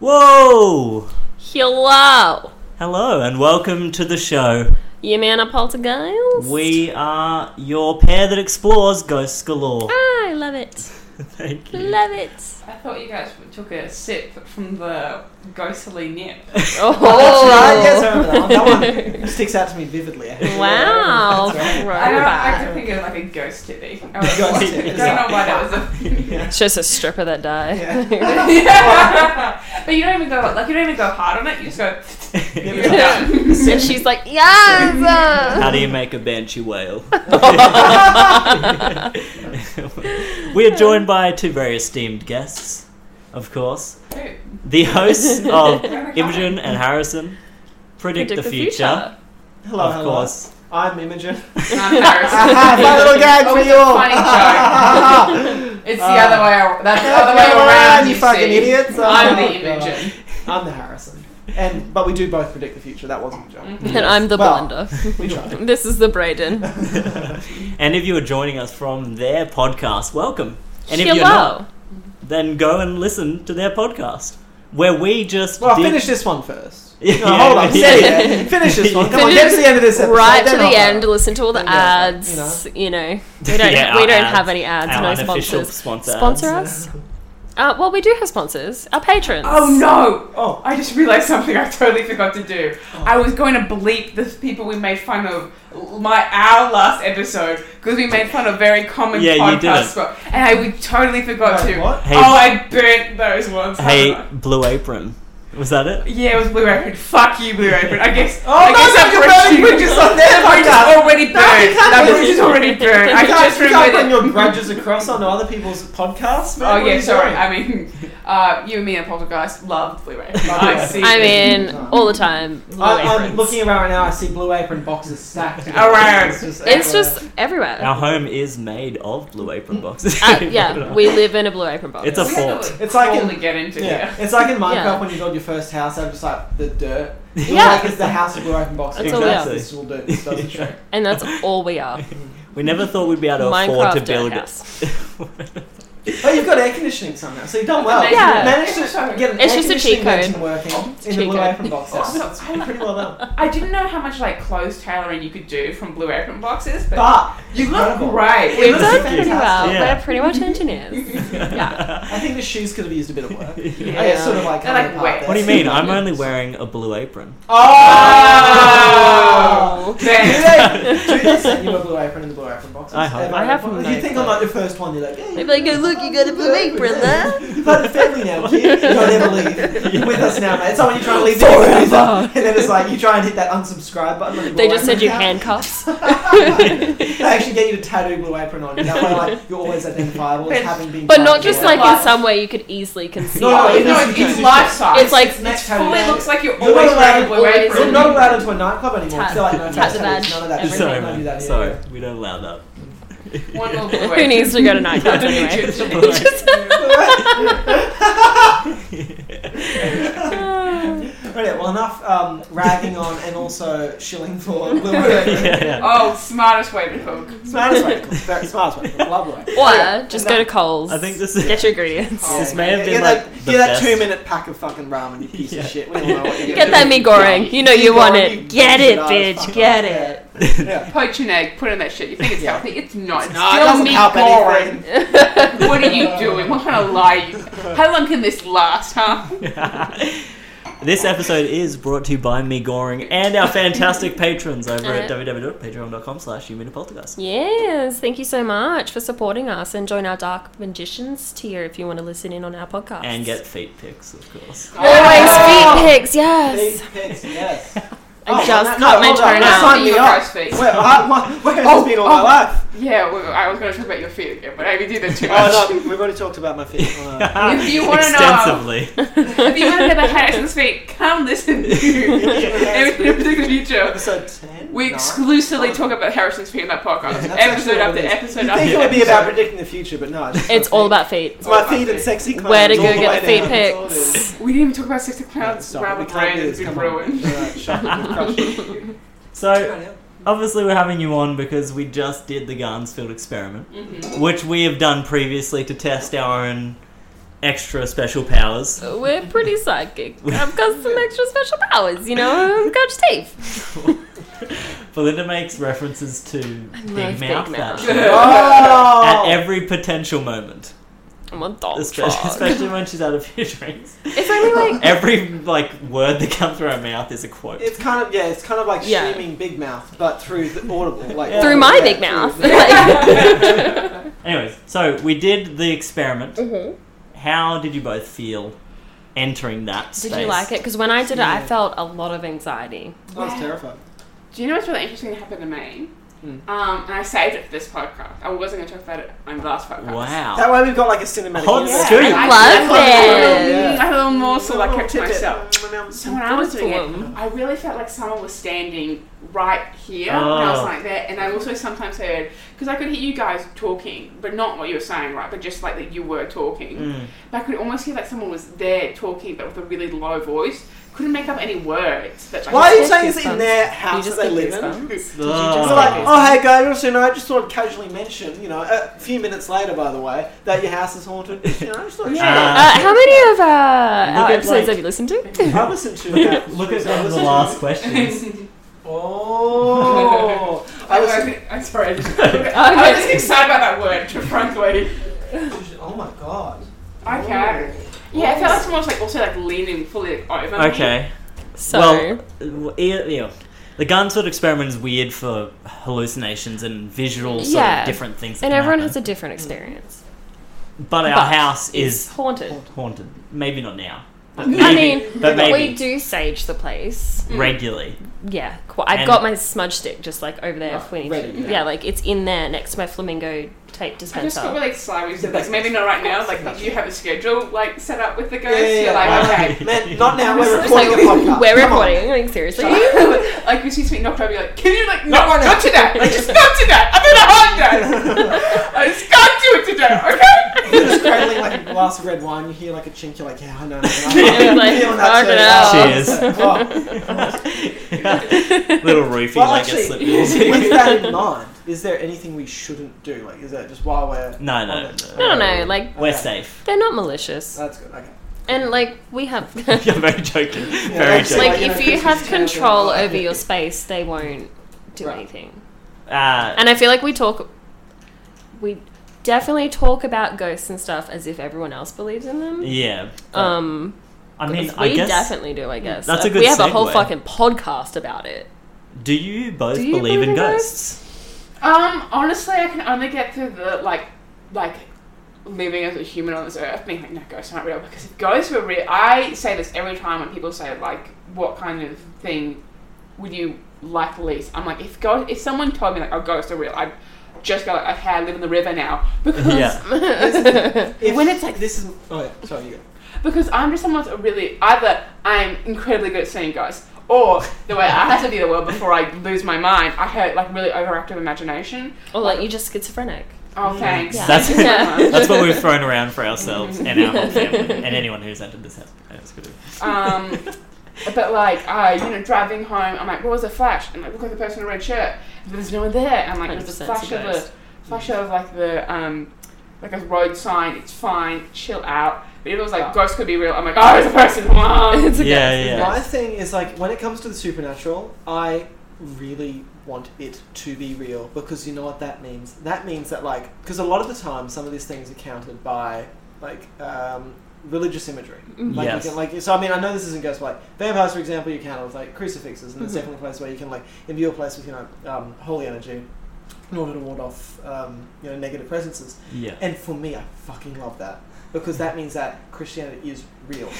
Whoa! Hello. Hello and welcome to the show. You man up poltergeist? We are your pair that explores ghosts galore. Ah, I love it. Thank you. Love it. I thought you guys took a sip from the ghostly nip. Oh, Oh, right, yes, I remember that one. That one sticks out to me vividly. actually. Wow. That's right. I don't know, I Throwback. could think of like a ghost titty. I Ghost was- titty. don't know why that was a It's just a stripper that died. yeah. But you don't even go like you don't even go hard on it, you just go and she's like, yes. uh, How do you make a banshee whale? we are joined by two very esteemed guests, of course. The hosts of Imogen and Harrison predict, the, future, Hello, of hello. course. I'm Imogen. Harris. Ah, my little gag Oh, for it's you a all. funny joke. It's the other way around. That's the other way around. you fucking see. idiots. Oh, I'm the God. Imogen. I'm the Harrison. And but we do both predict the future. That wasn't a Mm-hmm. joke. And I'm the Well. blender. We tried. this is the Brayden. And if you are joining us from their podcast, welcome. And if Hello. you're not, then go and listen to their podcast. Where we just Well, did- finish this one first. Yeah, No, hold on. yeah. Steady there. Finish this one. Come on, get to the end of this episode. right to then the I'll- end. Listen to all the Then I'll- ads. You know, we don't Yeah, we our don't ads. have any ads. Our no unofficial sponsors. sponsor ads. Sponsor us. Uh, well, we do have sponsors. Our patrons. Oh no! Oh. I just realised something I totally forgot to do. I was going to bleep the people we made fun of my our last episode because we made fun of very common Yeah, you podcasts, did. but- and I we totally forgot Wait, to. what? Hey. oh, I burnt those ones. Hey, haven't Blue Apron. Was that it? I? Yeah, it was Blue Apron. Fuck you, Blue Apron. I guess. Oh, I no, guess no, I'm you're burning you. bridges on their That bridge is already podcast. burnt. No, you can't That do bridge is this. already burnt. I You can't, just you can't remembered. bring it. your grudges across onto other people's podcasts. man. Oh What are yeah, you sorry. doing? I mean, uh, you and me and Poltergeist love Blue Apron. Love Blue I Apron. see. I mean, all the time. Blue I, I'm aprons. looking around now. I see blue apron boxes stacked Around. it's just everywhere. Our home is made of Blue Apron boxes. Uh, yeah, we live in a blue apron box. It's a We had to, fort. like, It's like totally in- get into yeah. here. It's like in Minecraft Yeah. when you build your first house. I'm just like the dirt. It's Yeah. like it's the house of blue apron boxes. That's all we are. This will do. This does the trick. and that's all we are. We never thought we'd be able to afford Minecraft to build house. it. But you've got air conditioning somehow, so you've done well. Yeah. You managed to get an It's air just a cheat conditioning code. engine working in the cheat blue code. apron box house. Also, It's pretty well done. I didn't know how much like clothes tailoring you could do from blue apron boxes, but, But you look incredible. great. We've looks done fantastic. pretty well. Yeah. We're pretty much engineers. yeah. I think the shoes could have used a bit of work. what I guess sort of like. They're like coming apart wet. there. do you mean? I'm only wearing a blue apron. Oh, Do Damn. they do they send you a blue apron in the blue apron boxes? I hope. Am I have wrong? one You made, think I'm but- like the first one. You're like, yeah, They'd be like, "Oh, look, you got a blue apron there. You're part of the family now, kid. You'll never leave. You're with us now, mate. It's like when you try to leave the Forever. and then it's like you try and hit that unsubscribe button. on your They Blue just said you Apron handcuffs. account. they actually get you to tattoo blue apron on you. That way, like you're always identifiable as But- having been. But part not of Blue just Apron. like in some way you could easily conceal. No, No, it is- it's, it's life size. It's like- it Next tattoo fully day. looks like you're You're always not wearing a allowed- blue apron. You're not allowed into a nightclub anymore. Tat- They're like, no, tat the tattoos, badge. none of that. Everything. Sorry, Don't do man. that here. Sorry, we don't allow that. One more blue Who apron. needs to go to nightclubs anyway? Just- Right, well, enough um, ragging on and also shilling for blue apron. Oh, smartest way to cook. Smartest way. to cook. Very Smartest way. to cook. Love blue apron. or just go to Coles. I think this is- Get your ingredients. This may have Oh, Yeah, been yeah, like that, the yeah, best- that two minute pack of fucking ramen, you piece Yeah. of shit. We don't know what you're Get that doing. me goreng. You know you Goreng, want you it. Get it, fucking bitch. ass. Get it. Yeah. Poach an egg, put in that shit. You think it's Yeah. healthy? It's not. It's Nah, it still doesn't meat help boring. anything. What are you doing? What kind of lie? You... How long can this last, huh? This episode is brought to you by me, Goring, and our fantastic patrons over at www.patreon.com slash humanopoltergeist. Yes, thank you so much for supporting us and join our Dark Magicians tier if you want to listen in on our podcast. And get feet pics, of course. always Oh! Ah! feet pics, yes. Big pics, yes. Oh, I just no, can't no, mention it hold on, now. That's not me Your up. guys' feet. Where, I, my, where has this been all my oh. life? Yeah, well, I was going to talk about your feet again, but I did that too much. Oh no, we've already talked about my feet. Uh, If you wanna know- Extensively. If you want to know about Harrison's feet, come listen to Everything in the Future. episode 10? We Nine? exclusively talk about Harrison's feet in that podcast. Yeah, that's episode actually after what it is. episode You after think it would be about episode. predicting the future, but no. just It's my all feet. about feet. It's my feet and sexy clothes. Where to all go the get way feet down. That's all it is. pics. We didn't even talk about Six of Clowns. Stop it, Round we the can't brain do has this, been come on. ruined. Alright, shut up, we've crushed it. So, obviously, we're having you on because we just did the Garnsfield experiment, which we have done previously to test our own extra special powers. We're pretty psychic. I've got some extra special powers, you know, Coach Steve. Belinda makes references to Big love Big Mouth Mouth. that at Oh! every potential moment, I'm a dog. especially, It's especially when she's out of her drinks. only like Every like word that comes through her mouth is a quote. It's kind of yeah, it's kind of like Yeah. screaming Big Mouth, but through the audible, like Yeah. through my yeah, big through mouth. the- Anyways, so we did the experiment. Mm-hmm. How did you both feel entering that space? Did you like it? Because when I did it, I Yeah. felt a lot of anxiety. I was terrified. Do you know what's really interesting that happened to me? Hmm. Um, and I saved it for this podcast. I wasn't going to talk about it on the last podcast. That Wow. way we've got like a cinematic. Hot insert. scoop. I Love I it. thought a little- Yeah. I had a little morsel I Little kept to tidbit. myself. So when I was doing it, Awesome. I really felt like someone was standing right here, and I Ah. was Oh. like that. And I also sometimes heard because I could hear you guys talking, but not what you were saying, right? But just like that you were talking. Mm. But I could almost hear like someone was there talking, but with a really low voice. Couldn't make up any words. That, like, Why are you was- saying it's in their You house that just they get live in? goosebumps. It's Oh. like, oh hey guys, also, you know, I just sort of casually mentioned, you know, a few minutes later, by the way, that your house is haunted. You know, I just thought, Yeah. Uh, how many of uh, our at, episodes like- have you listened to? I listened to it. Uh, Look at one of the last questions. Oh, I I was, listened. I'm sorry. I, just, I was just excited about that word, frankly. Oh my god. Okay. Yeah, I felt like someone was like also like leaning fully over. me. Okay. So, Well, w- yeah, yeah. the Gunsford experiment is weird for hallucinations and visual sort Yeah. of different things. that and can everyone happen. has a different experience. But our but house is Haunted. haunted. Maybe not now. But I maybe, mean, but we Mm. maybe do sage the place. regularly. Yeah, qu- I've And- got my smudge stick just like over there if we need ready, to. Yeah. yeah. like it's in there next to my flamingo tape I just dispenser. got really excited. when you said, The Like, best maybe not right now. Like you have a schedule like set up with the ghost. You're like, okay. Man, not now. We're It's like, recording a podcast. we're Come on. recording, like seriously. like we used to be knocked over. You're like, can you like not right now. not today? Like just not today. I'm in a holiday. I just can't do it today. Okay. You're just cradling like a glass of red wine. You hear like a chink. You're like, yeah, I know. I know. And I'm it's feeling like, that fucking Cheers. too. Oh. Little roofie Well, like a slip actually, with that in mind, is there anything we shouldn't do? Like, is that just while we're No, no, on no, it? no. I don't know, like We're Okay. safe. they're not malicious, That's good. Okay. and like we have, I'm very joking. very that's joking. like if you have control Yeah. over your space, they won't do Right. anything. uh, And I feel like we talk, we definitely talk about ghosts and stuff as if everyone else believes in them. yeah. Um, I mean, we I guess. definitely do. I guess That's a Uh, good We have a whole segue. fucking podcast about it. Do you both Do you believe in believe in ghosts? Um, honestly, I can only get through the like, like living as a human on this earth. Being like, no, ghosts aren't real because if ghosts were real, I say this every time when people say like, what kind of thing would you like least? I'm like, if ghost, if someone told me like, oh, ghosts are real, I'd just go like, okay, I live in the river now because Yeah. when it's like this is. Oh yeah. Sorry, you go. because I'm just someone that's really either I'm incredibly good at seeing ghosts, or the way I have to view the world before I lose my mind, I had like really overactive imagination. Or like you're just schizophrenic. Oh, thanks. Yeah. That's Thank you so much. that's what we've thrown around for ourselves and our whole family and anyone who's entered this house. That's good. Um, but like, I, you know, driving home, I'm like, what was a flash? And I look like the person in a red shirt. But there's no one there. I'm like, there's a 100% it's flash a of ghost. the flash of like the um, like a road sign. It's fine. Chill out. But if it was like ghosts could be real, I'm like, oh, there's a person. Mom. It's a Yeah, ghost. yeah. My thing is like when it comes to the supernatural, I really want it to be real because you know what that means. That means that like because a lot of the time some of these things are countered by like um, religious imagery. Like Yes. you can like so I mean I know this isn't ghost but like vampires for example you can with like crucifixes and it's definitely a place where you can like imbue a place with you know um, holy energy in order to ward off um, you know negative presences. Yeah. And for me I fucking love that. Because that means that Christianity is real.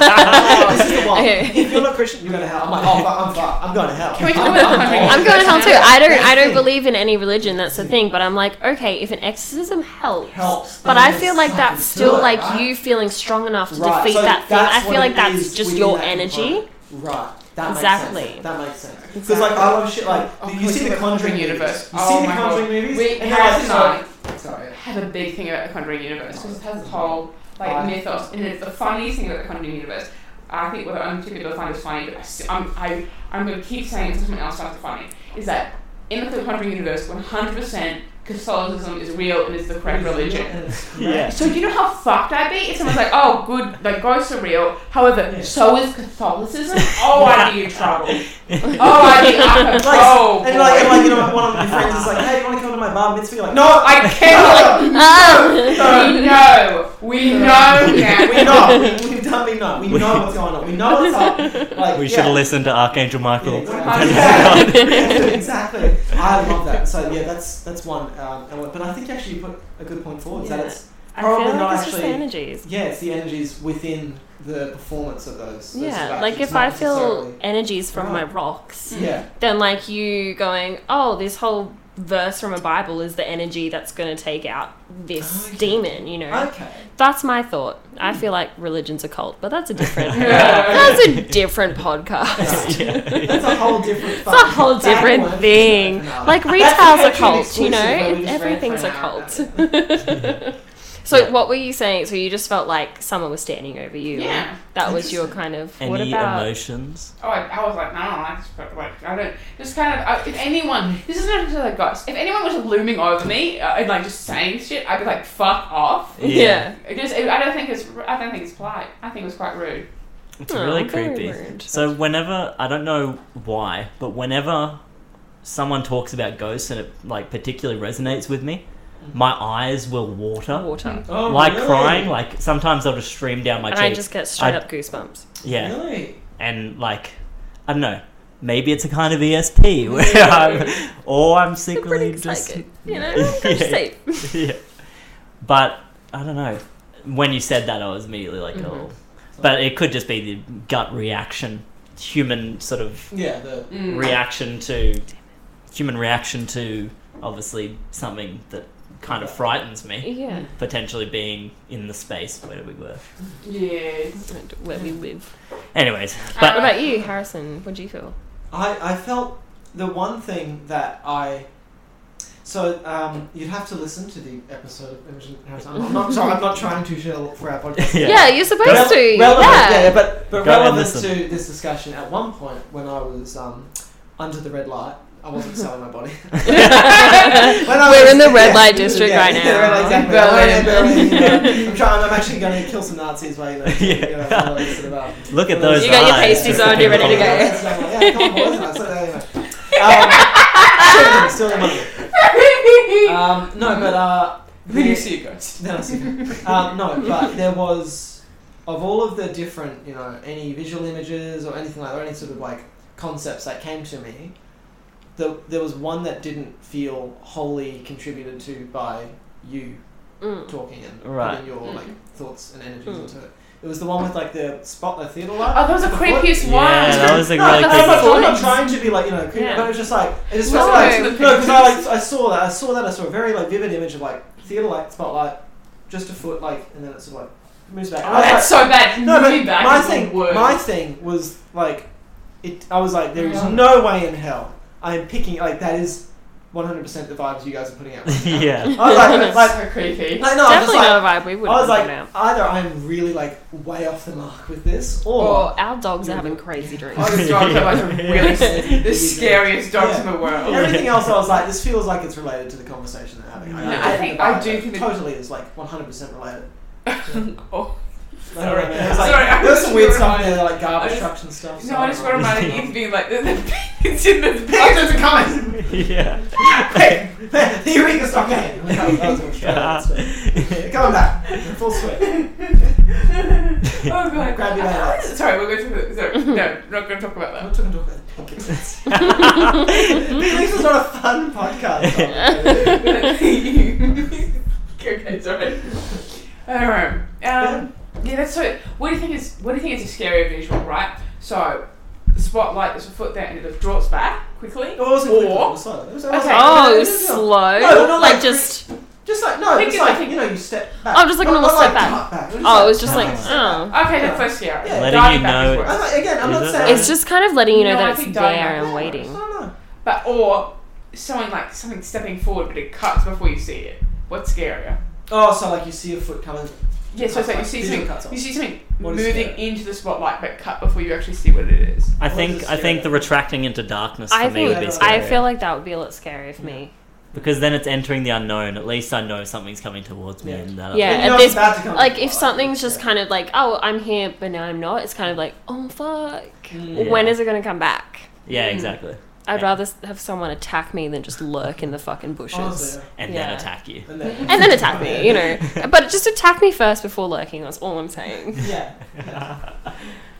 this is the one. Okay. If you're not Christian, you're going to hell. I'm like, oh, fuck, I'm fuck. I'm going to hell. Can we talk about I'm- hungry? I'm I'm going to hell too. I don't. I Yeah. don't believe in any religion. That's the thing. But I'm like, okay, if an exorcism helps, Helps, but then I there's feel like something that's to still it, like right? you feeling strong enough to Right, defeat so that thing. that's I feel what like it that's is just within your that energy. component. Right. That Makes Exactly. sense. That makes sense. Because Exactly. like I love shit like Oh, you please see see the the Conjuring Conjuring universe. universe. You Oh see the my Conjuring God. movies, We and you're like, have sorry. Sorry. have a big thing about the Conjuring universe because it has this whole like Right. mythos, and it's the funniest thing about the Conjuring universe. I think what the only two people find is funny, but I still, I'm I, I'm going to keep saying it until someone else finds it funny. Is that in the Conjuring universe, 100% Catholicism is real and is the correct religion. And it's great. Yeah. So do you know how fucked I'd be if someone's like, "Oh, good, like ghosts are real." However, Yes. so is Catholicism. Oh, I'd be in trouble. Oh, I'd be out of Like, oh, and like, and like, you boy. know, one of my friends is like, "Hey, you want to come to my bar mitzvah?" You're like, "No, I can't. Ah. So no, we know now. we know. We, we definitely know. We know what's going on. We know what's up." Like, We uh, yeah. should have listened to Archangel Michael. Yeah, exactly. exactly. I love that. So yeah, that's that's one um, element. But I think actually you put a good point forward. is Yeah. That it's I feel Probably not like it's just the actually- energies. yeah, it's the energies within the performance of those. those Yeah, statues, like if not I feel Mm-hmm. necessarily- energies from my Right. rocks, yeah, then like you going, oh, this whole verse from a Bible is the energy that's going to take out this Okay. demon. You know, okay, that's my thought. I feel like religion's a cult, but that's a different. Yeah. that's a different podcast. that's a whole different. It's a whole different thing. Like retail's a actually cult, you know. exclusive It, religious everything's a rant right cult. so what were you saying? So you just felt like someone was standing over you. Yeah. That was your kind of. what Any about? emotions? Oh, I, I was like, no, I just felt like I don't. Just kind of, I, if anyone, this is not just like guys. If anyone was looming over me uh, and like just saying shit, I'd be like, fuck off. Yeah. I just, I don't think it's, I don't think it's polite. I think it was quite rude. It's Oh, really very creepy. rude. So whenever I don't know why, but whenever someone talks about ghosts and it like particularly resonates with me, Mm-hmm. my eyes will water. Water. Oh, Like really? crying, like sometimes they'll just stream down my And cheek. I just get straight I- up goosebumps. yeah. Really? and like I don't know, maybe it's a kind of ESP where I'm, or I'm They're secretly pretty just excited. You know, Yeah. I'm safe. yeah. But I don't know. When you said that, I was immediately like, Mm-hmm. oh. But it could just be the gut reaction, human sort of Yeah. The Mm. reaction to human reaction to obviously something that kind of frightens me Yeah. potentially being in the space where we were Yeah. And Where we live. anyways What Uh, but about you, Harrison? What do you feel? I, I felt the one thing that I. So um, you'd have to listen to the episode of Imogen Harrison. I'm not, sorry, I'm not trying to shell for our podcast. Yeah. Yeah, you're supposed Rel- to. relevant, yeah. yeah, but but Go and relevant listen. to this discussion. At one point, when I was um, under the red light, I wasn't selling my body. When I We're was- in the red yeah, light district yeah, right yeah, the red light, now. exactly. Berlin. Berlin, Berlin. I'm trying. I'm actually going to kill some Nazis while you know. Yeah. you know, follow this sort of, um, look at those You got your eyes. pasties on, you're ready to go. Yeah, come on, boys. That's it, anyway. Um, still in the money. Um, no, but uh, Then you the- see it goes. no, it's okay. um, no, but there was of all of the different, you know, any visual images or anything like that, or any sort of like concepts that came to me. The, there was one that didn't feel wholly contributed to by you Mm. talking and Right. putting your Mm. like thoughts and energies Mm. into it. It was the one with like the spot, the theater light. Oh, that was the The foot- creepiest one. yeah that was a no, really that's creepy not- I'm not Phonics. trying to be like you know, creepy, Yeah. but it was just like it just No, felt like the no, because I pictures. like I saw that, I saw that, I saw a very like vivid image of like theater light spotlight, just a foot like, and then it's sort of like moves back. Oh, I was that's like, so bad. no, Moving but back my is the thing, worst. my thing was like, it. I was like, there is Yeah. no way in hell I am picking like that is, one hundred percent the vibes you guys are putting out. Right now. yeah I was like, That's like, so creepy. like, no, I'm just Definitely like, not a vibe. We I wouldn't was have like, gone out. either I'm really like way off the mark with this, or Or our dogs are having crazy dreams. Oh, this dog was really the scariest dogs in the world. Everything else, I was like, this feels like it's related to the conversation they're having. Yeah, get I the think- vibe I that do think it- totally is like 100% related. Oh. Sorry, Sorry. it was like, Sorry, I there was just some weird wanna stuff remind- there, like I garbage just- trucks and stuff. uh, No, I just want to remind you of being like, the, the pigs in the Pictures are coming! yeah Quick! The Eureka's not coming! That was Australian, that's right. Coming back! Full swing. Oh, about it. Sorry, we'll go through the. Sorry, no, not going to talk about I'm that. not talking to This is not a fun podcast. okay, sorry. Alright. Um, yeah, that's so. What do you think is? What do you think is a scary visual, right? So, the spotlight is a foot there and it drops back quickly. What was it? Or- It was slow. It was- it was Okay. like- Oh, no, it no, was no, no. slow. No, not like, like- just. Just like no, Think it's of- like think- you know, you step back. Oh, just like a Not- normal not step like back. cut back. Oh, it was just like. cut back. Oh. Okay, Yeah. that's less scary. Yeah. Letting Diving you back know is it's- I'm worse. not- again, I'm Is not it saying It's just kind of letting you know No, I that it's think there diamonds. Yeah, and waiting. I don't know. But or someone like something stepping forward, but it cuts before you see it. What's scarier? Oh, so like you see a foot coming. Yeah, so it's like you Cuts, see like, visual cuts something, off. you see something What is moving scary? into the spotlight, but cut before you actually see what it is. I What is think it I think scarier? the retracting into darkness for I me would be think- think scary I feel like that would be a lot scary for me. because then it's entering the unknown. At least I know something's coming towards me. Yeah. And that Yeah, And you at know it's this about to come like to if light, something's just yeah. kind of like, oh, I'm here but now I'm not. It's kind of like, oh fuck, Mm. when Yeah. is it gonna come back? yeah, Mm. exactly. I'd Yeah. rather s- have someone attack me than just lurk in the fucking bushes Honestly, And Yeah. then attack you. yeah. and then, and then attack me. You know, but just attack me first before lurking. That's all I'm saying. Yeah. Yeah.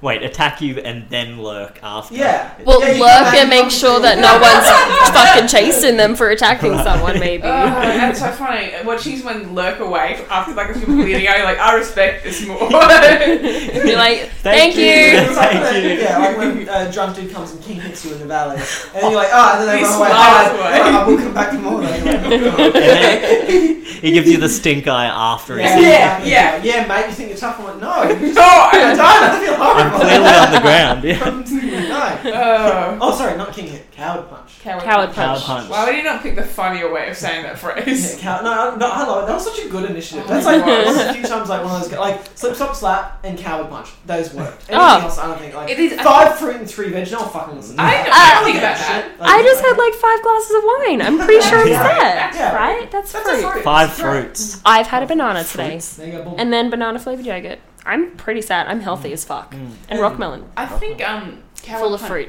Wait, attack you and then lurk after. yeah. Well, Yeah, you come lurk back and make sure that no one's fucking chasing them for attacking someone. Maybe. Oh, that's so funny. Watching someone lurk away after like a few bleeding, I like I respect this more. Be like, Thank thank, you." you. It's like Thank when- you. Yeah, like when a drunk dude comes and king hits you in the valley, and you're like, oh, and then they He run away. smiles Oh, away. I will come back tomorrow. "Oh, And then he gives you the stink eye after he's Yeah, yeah, yeah. yeah, mate. You think you're tough? I'm like, no. no, I'm I done. I feel I'm horrible. clearly on the ground. Yeah. no. Oh, Oh, sorry, not king hit. Coward punch. coward, Coward Cow punch. punch. Why would you not pick the funnier way of saying that Yeah, phrase? cow- no, no, I love it. That was such a good initiative. Oh That's my like gosh. that was a few times like one of those ca- like slip, stop, slap, and coward punch. Those worked. Anything Oh. else, I don't think. Like It is- I- five fruit and three veg. No one fucking listen. I don't I think about shit. that. Like, I just had like five glasses of wine. I'm pretty sure it's Yeah. that, Yeah. right? That's That's a fruit. fruit. Five That's right. Oh, fruits. I've had a banana today, There you go. Boom. and then banana flavored yogurt. I'm pretty sad. I'm Mm. healthy as fuck, and Mm. rock melon, I think um, coward full of punch, fruit.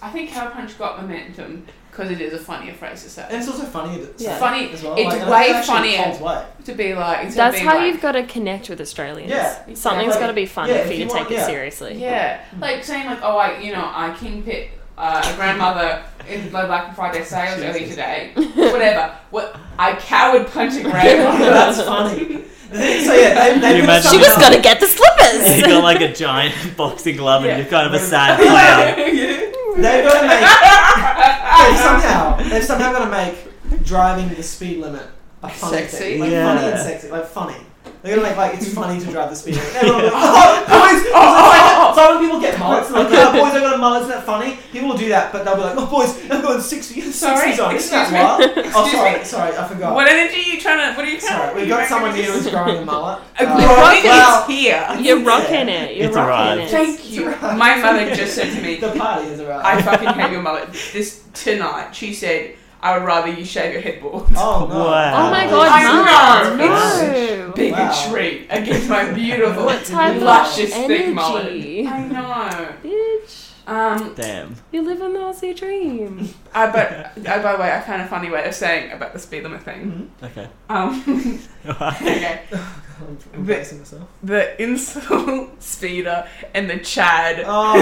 I think coward punch got momentum because it is a funnier phrase to and say. it's also funny. That, Yeah. Funny. As well. It's like, and I way think it actually funnier. holds weight. To be like, instead of That's being how like, you've got to connect with Australians. Yeah. Something's Exactly. got to be fun Yeah, for if you you to want- take it yeah. seriously. Yeah, like saying like, oh, I, you know, I kingpit uh, a grandmother in Low Black Friday sales early Jesus. today. Whatever. What I coward punching grandmother. That's funny. so yeah, they, they you put imagine- She something just up. got to get the You slippers. got like a giant boxing glove and Yeah. you're kind of a sad guy. They've got to make. they've somehow they've somehow got to make driving the speed limit a funny Sexy. thing. Like Yeah. funny and sexy. Like funny. They're gonna make like it's funny to drive the speed limit. Everyone will be like, oh, boys! Oh, oh, oh, So when people get mullets, they're like, oh, boys, I got a mullet. Isn't that funny? People will do that, but they'll be like, oh, boys, I'm going sixty. Sorry, Sixties on. Isn't that excuse me? wild? Oh, Excuse sorry, sorry, I forgot. What energy are you trying to? What are you trying Oh. Sorry, to? we got someone here who's growing a mullet. A Uh, growing well, is here. You're rocking it. You're It's rocking arrived. it. Thank you. My mother just said to me, The party is around. "I fucking hate your mullet." This tonight, she said, "I would rather you shave your head bald. Oh no! Wow. Oh my I god, know. no! no. Bigotry against my beautiful, What type of luscious, thick energy? mullet." I know. Bitch, Um, Damn. you live in the Aussie dream. I but I, by the way, I found a funny way of saying about the speed limit thing. Okay. Um, okay, I'm embarrassing myself. the insult speeder and the Chad Oh,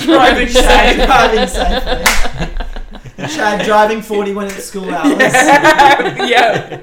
driving Chad Chad. driving safely. Chad driving 40 when it's school hours. yeah.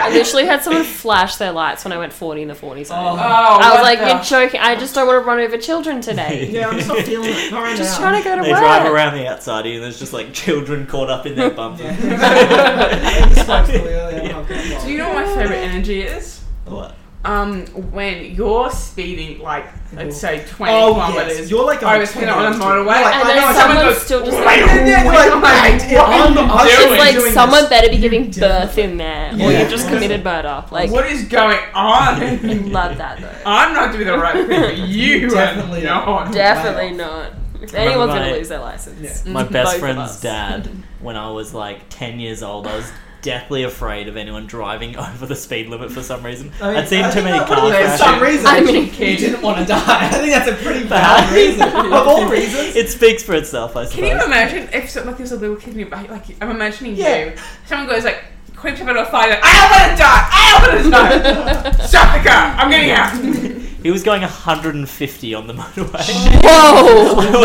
I literally had someone flash their lights when I went 40 in the 40 zone. Oh, I was what like, the- you're joking. I just don't want to run over children today. Yeah, I'm just not feeling it. Not right just now. trying to go to They work. drive around the outside and there's just like children caught up in their bumper. Yeah. They just like the wheel, they don't have Do you know what my favorite energy is? What? Um, when you're speeding like I'd say 20 Oh, kilometers. yes. You're like I was speeding on a 120. motorway, You're like, And I then know, someone someone's goes, still just Like, like, yeah, like, mate, yeah, I'm the- I'm doing? the- it's like doing someone this. better be giving definitely- birth in there, or Yeah. you've just committed murder. Like, what is going on? love that though. I'm not doing the right thing, but you Definitely. are not. Definitely not. If anyone's gonna my- lose their license, Mm-hmm. My Both best of friend's us. dad, when I was like 10 years old, I was deathly afraid of anyone driving over the speed limit for some reason. I mean, I'd seen I too think many that car would be- For crashes. some reason, I mean- you didn't want to die. I think that's a pretty bad reason. Of all reasons. It speaks for itself, I Can suppose. you imagine if so, like there's a little kid in your back? Like I'm imagining Yeah. you. Someone goes like, "Quick to a fire!" Like, I don't want to die. I don't want to die. Stop the car. I'm getting out. He was going 150 on the motorway. Whoa! Oh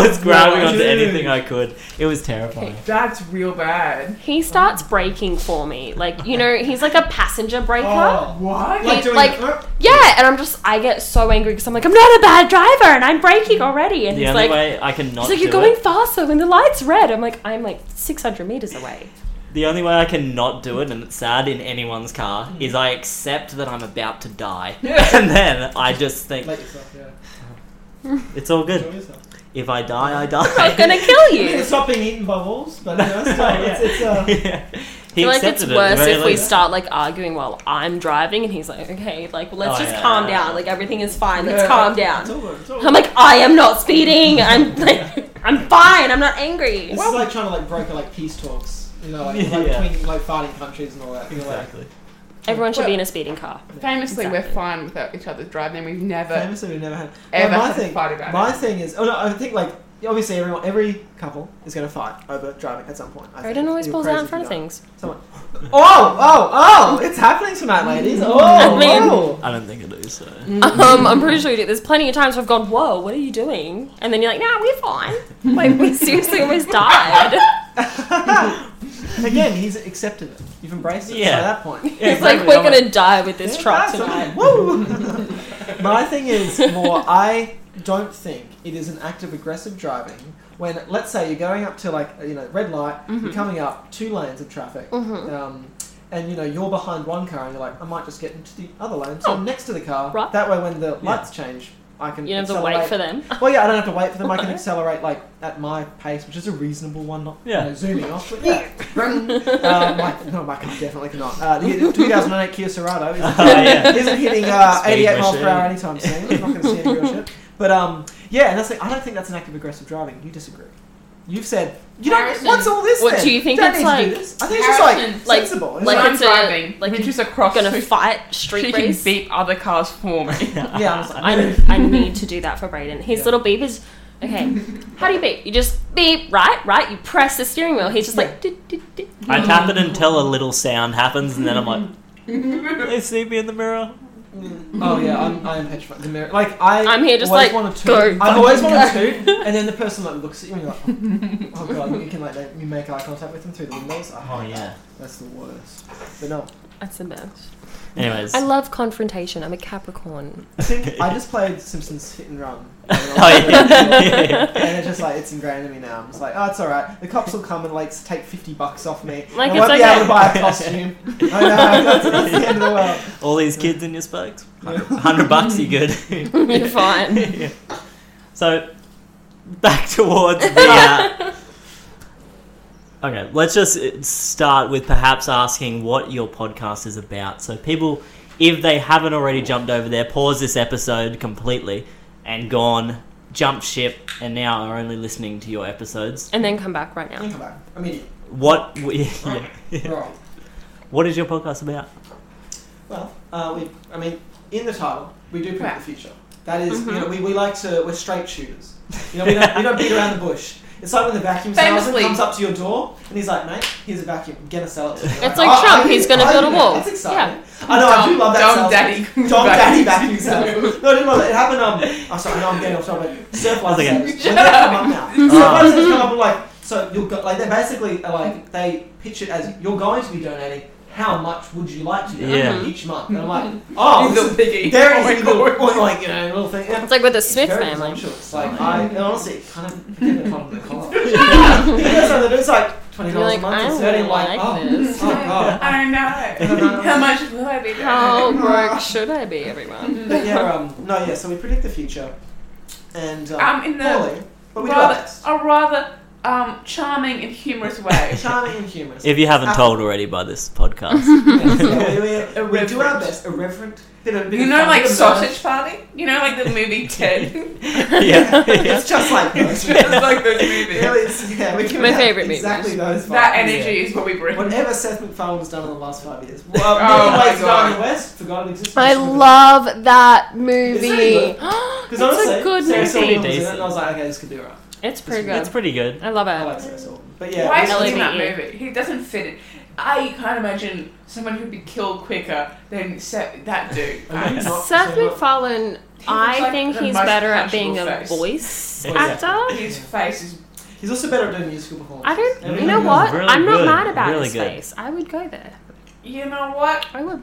I was grabbing No, onto dude. anything I could. It was terrifying. That's real bad. He starts braking for me. Like, you know, he's like a passenger braker. Oh, What? like He- doing like- the- Yeah, and I'm just, I get so angry because I'm like, I'm not a bad driver and I'm braking already. And The he's only like, way I can not he's like, do you're going it. faster when the light's red. I'm like, I'm like 600 meters away. The only way I can not do it, and it's sad in anyone's car, is Mm. I accept that I'm about to die, and then I just think let yourself, yeah. it's all Enjoy good. yourself. If I die, I I'm die. gonna kill I mean, you. it's not being eaten by wolves, but you know, still, it's, it's, uh, Yeah. I He feel like it's accepted worse it. if we start like arguing while I'm driving, and he's like, "Okay, like let's Oh, just yeah, calm yeah, down. yeah. Like everything is fine. Let's yeah, calm It's down." all good. It's all I'm like, "I am not speeding. I'm like, I'm fine. I'm not angry." This is like trying to like broker like peace talks, you know, like, like Yeah. between like fighting countries and all that. You're like, Exactly. Everyone should be in a speeding car. Famously, we're Exactly. fine without each other's driving. We've never. famously, we never had. Ever Well, my had a thing, fight about my it. thing is, oh no, I think like obviously everyone, every couple is going to fight over driving at some point. I Roden think. always You're pulls crazy out in if front you of don't. things. Oh, oh, oh! It's happening tonight, ladies. Oh, I mean- oh. I don't think I do. So Um, I'm pretty sure you do. There's plenty of times where I've gone, "Whoa, what are you doing?" And then you're like, "Nah, we're fine." Like we seriously almost died. Again, he's accepted it. You've embraced it Yeah. by that point. It's like we're gonna die with this Yeah, truck that's tonight. something. Woo! My thing is more, I don't think it is an act of aggressive driving when, let's say, you're going up to like you know red light, Mm-hmm. you're coming up two lanes of traffic, um, and you know you're behind one car, and you're like, I might just get into the other lane, so I'm next to the car. Oh, Right. That way, when the lights change, I can. You don't have to accelerate. wait for them. Well, yeah, I don't have to wait for them. I can Right. accelerate like at my pace, which is a reasonable one, not Yeah. you know, zooming off. But yeah. uh, my, no, my car definitely cannot. Uh, the 2008 Kia Sorento is Oh, yeah. isn't hitting uh, Speed 88 miles per machine. hour anytime soon. I'm not going to see any real shit. But um, yeah, and that's like, I don't think that's an act of aggressive driving. You disagree. You've said you don't. Harrison, What's all this? what then? do you think Don't it's need To like- do this. I think it's just Harrison, like like- sensible. It's like like, I'm it's a- driving, like which a- is across. Gonna so fight street she race. can beat other cars for me. yeah, I was like, I, I need to do that for Brayden. His Yeah. little beep is okay. How do you beep? You just beep, right? Right? You press the steering wheel. He's just like, "Dit, dit, dit." I tap it until a little sound happens, and then I'm like, "They see me in the mirror." oh yeah, I'm, I'm petrified. The mirror, like I, I'm here just always like, want to go, toot. I've always fucking wanted go. to toot, and then the person like looks at you and you're like, oh, oh god, you can like you make eye contact with them through the windows. Ah, Oh yeah. that's the worst. But no, that's the best. Anyways. I love confrontation. I'm a Capricorn. I think I just played Simpsons Hit and Run. Oh yeah. yeah, yeah. and it's just like it's ingrained in me now. I'm just like, oh, it's all right. The cops will come and like take fifty bucks off me. Like, it's I won't be okay. able to buy a costume. I know that's, that's the end of the world. All these kids in your spokes. Hundred bucks, you good? You're fine. yeah. So, back towards the. Uh, okay, let's just uh, start with perhaps asking what your podcast is about. So, people, if they haven't already jumped over there, pause this episode completely and gone, jump ship, and now are only listening to your episodes. And then come back right now. You come back immediately. What? w- yeah, yeah. Right. What is your podcast about? Well, uh, we. I mean, in the title, we do predict Right. the future. That is, Mm-hmm. you know, we, we like to. We're straight shooters. You know, we don't, we don't beat around the bush. It's like when the vacuum salesman Famously. comes up to your door and he's like, "Mate, here's a vacuum. I'm gonna sell it." To you. You're It's like Trump, I- I- he's gonna I- build a yeah, wall. That's exciting. I know. I do love that. Dumb salesman. daddy. Dom Daddy vacuum salesman. No, I didn't love it. It happened. Um, I'm sorry. No, I'm getting off topic. Surf life Okay. savers. When they come up now, surf life savers come up and like, so you'll go, like they basically are like they pitch it as you're going to be donating. How much would you like to donate Mm-hmm. Yeah. each month? And I'm like, oh, He's a this piggy. is, there Oh is my a little, God. point, like you know, little thing. It's like with the Smith very family. presumptuous. Like I and honestly, kind of get it from the collar. It's like twenty You're dollars like, a month. I It's don't thirty. Like, like oh, this. oh god. I know. How much will I be doing? How broke should I be, everyone? But yeah, um, no, yeah. So we predict the future, and um, Um, in the poorly, but we do our rather, best. a rather um, charming and humorous way. Charming and humorous. If you haven't Uh, told already by this podcast, yes, yeah, we, we, we do our Irreverent. best. Irreverent. Bit of, bit You of know, fun, like bit of sausage party. You know, like the movie Ted. yeah, nerve. yeah. It's just like those. It's just like those movies. Really, it's- yeah, we can My have favourite Exactly those. That vibes. energy is what we bring. Whatever Seth MacFarlane's done in the last five years. Well, Oh my Ways God. of Dying in the West, forgotten existed. I love that movie. It's it's Because honestly, a good Sarah Silverman movie. was in it, and I was like, okay, this could be alright. It's pretty That's good. That's pretty good. I love I like it. Sarah Silverman, but yeah, Why we- is he in that LABE. movie? He doesn't fit in. I can't imagine someone who'd be killed quicker than Seth, that dude. Okay. I- Not- Seth so not- MacFarlane, looks I like think the he's most better at being a punchable voice face. Yeah. actor. His face is He's also better at doing musical performances. I don't. Everything You know he does what? is Really I'm not good. mad about Really his good. face. I would go there. You know what? I would.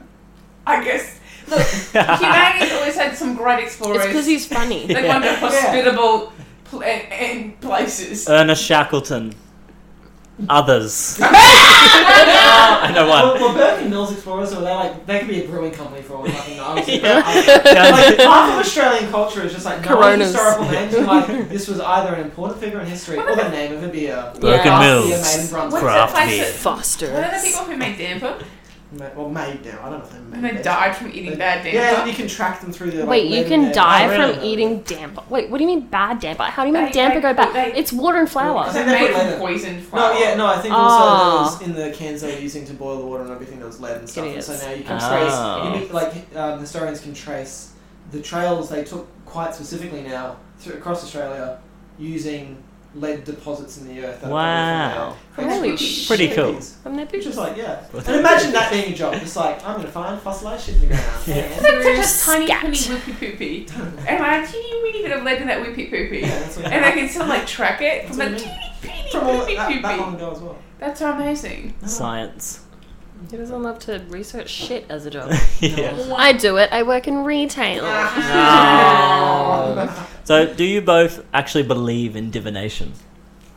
I guess. Look, humanity's always had some great explorers. It's because he's funny. They've gone to Yeah. Uh, hospitable pl- and, and places. Ernest Shackleton. Others. I know Well, one. well, Burke and Mills Explorers, so they're like, they could be a brewing company for all I fucking know. Obviously, Like, half of Australian culture is just like knowing Coronas. historical names. And, like, this was either an important figure in history or the name of a beer. Burke and Yeah. Craft beer made in Mills. What's Brunswick. that Craft place beer. that- What Foster. are the people who make damper Ma- Well, made now. I don't know if they made. and they it. died from eating bad damper? Yeah, and you can track them through the. Like, Wait, you leaden can there. die I read from about it. eating damper. Wait, what do you mean bad damper? How do you They- mean damper they- go bad? they- It's water and flour. They They made put lead from in. poisoned flour. No, yeah, no. I think Ah. also there was in the cans they were using to boil the water and everything. There was lead and stuff. It And so is. now you can Ah. trace. You, can- like um, historians can trace the trails they took quite specifically now through, across Australia using lead deposits in the earth. that are Wow. coming from there. Holy It's shit. Pretty shit. cool. From their It's just pictures. like yeah. And imagine that being your job. Just like I'm gonna find fossilized shit in the ground. Yeah. That's such a tiny, Scat. tiny whoopie poopy. And like, teeny weeny bit of lead in that whoopie poopy. Yeah, that's what And I can still like track it from That's that what I teeny, teeny From all whoopie that, that long poopy. ago as well. That's amazing. Science. He doesn't love to research shit as a job. yeah. I do it. I work in retail. Ah. No. So, do you both actually believe in divination?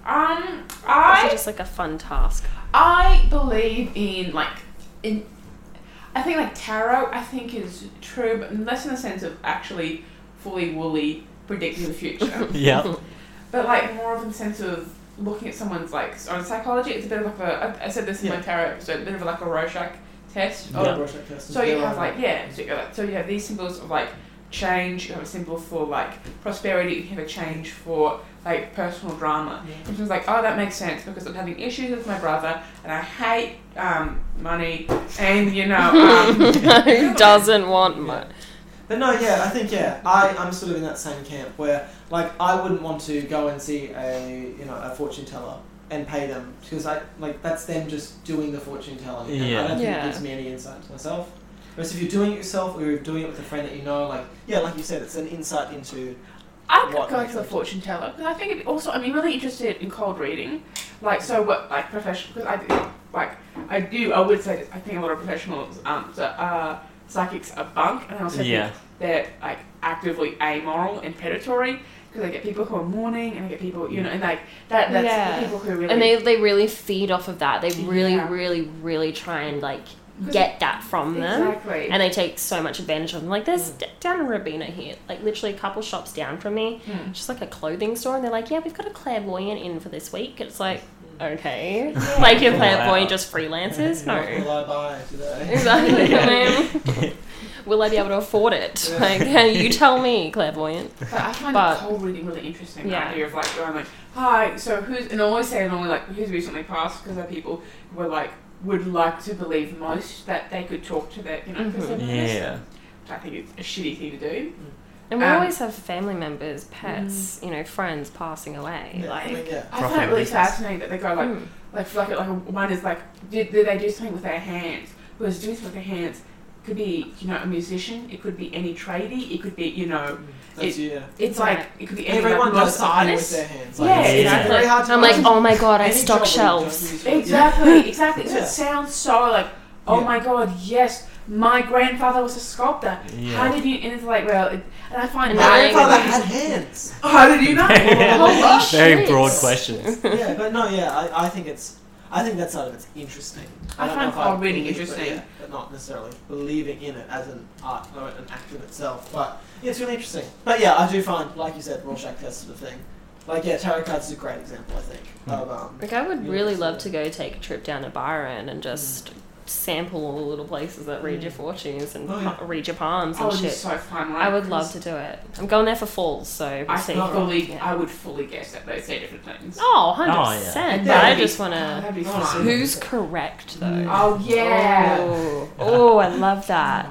Um, It's I also just like a fun task. I believe in like in I think like tarot I think is true, but less in the sense of actually fully woolly predicting the future. Yeah. but like more of in the sense of looking at someone's like s- on psychology, it's a bit of like a I I said this in my Yeah. tarot episode, a bit of like a Rorschach test. Oh, Yeah. Of, so you have like yeah, so you like so you have these symbols of like change, you have a symbol for like prosperity, you have a change for like personal drama. And she was like, oh, that makes sense because I'm having issues with my brother and I hate um, money and, you know, um, Who doesn't want much? But no, yeah, I think yeah, I i am sort of in that same camp where like I wouldn't want to go and see a you know a fortune teller and pay them because I like that's them just doing the fortune telling. and Yeah. I don't think Yeah. it gives me any insight to myself. Whereas if you're doing it yourself or you're doing it with a friend that you know, like yeah, like you said, it's an insight into I could What go makes to the sense? fortune teller because I think it also, I'm really interested in cold reading. Like, so what, like, professional, because I do, like, I do, I would say, that I think a lot of professionals, um, so, uh, psychics are bunk and I also Yeah. think they're, like, actively amoral and predatory because I get people who are mourning and I get people, you know, and, like, that, that's Yeah. the people who really. And they, they really feed off of that. They really, Yeah. really, really try and like 'Cause get that from them. Exactly. And they take so much advantage of them. Like there's d- down in Rabina here, like literally a couple shops down from me, Mm. just like a clothing store, and they're like, Yeah, we've got a clairvoyant in for this week. It's like, okay. Like your clairvoyant Wow. just freelances? No. will I buy today? Exactly. Yeah. I mean, will I be able to afford it? Yeah. Like, you tell me, clairvoyant. But I find But- the cold reading really interesting. The Yeah. idea of like going like, hi, so who's and I always say normally like who's recently passed because there are people who are like would like to believe most that they could talk to their you know 'cause they're nice. Yeah. I think it's a shitty thing to do. And we Um, always have family members, pets, you know, friends passing away. Yeah, I Like, mean, yeah. I find it really Properties. fascinating that they go like mm. like like like one is like did, did they do something with their hands? Was doing something with their hands could be you know a musician. It could be any tradie. It could be you know That's you, yeah. it's Right. like it could be any Everyone like, does lost something with artist. their hands. Yeah, it's exactly. very hard to I'm like, imagine oh my god, I any stock job where you don't shelves. use your- Exactly, exactly. So Yeah. it sounds so like, oh Yeah. my god, yes, my grandfather was a sculptor. How Yeah. did you? And it's like, well, it, and I find And My that- Oh, I- grandfather had hands. How did you know? Holy Oh, shit. Very broad questions. yeah, but no, yeah, I, I think it's. I think that side of it's interesting. I don't find know if art I really believe it, interesting. yeah, but not necessarily believing in it as an art or an act in itself. But yeah, it's really interesting. But yeah, I do find, like you said, Rorschach test sort of thing. Like yeah, tarot cards is a great example, I think. Of, um, Like, I would Yeah, really so- love to go take a trip down to Byron Mm. and just sample all the little places that read your fortunes and Oh, yeah. pa- read your palms Oh, and it'd be shit. so fun. Right? I would love to do it. I'm going there for falls, so we'll I see. fully, Yeah. I would fully guess that those are different things. Oh, yeah. 100%. Yeah, But I that'd be- just want to. That'd be Oh, fun. Who's correct, Mm. though? Oh yeah. Oh, oh, I love that.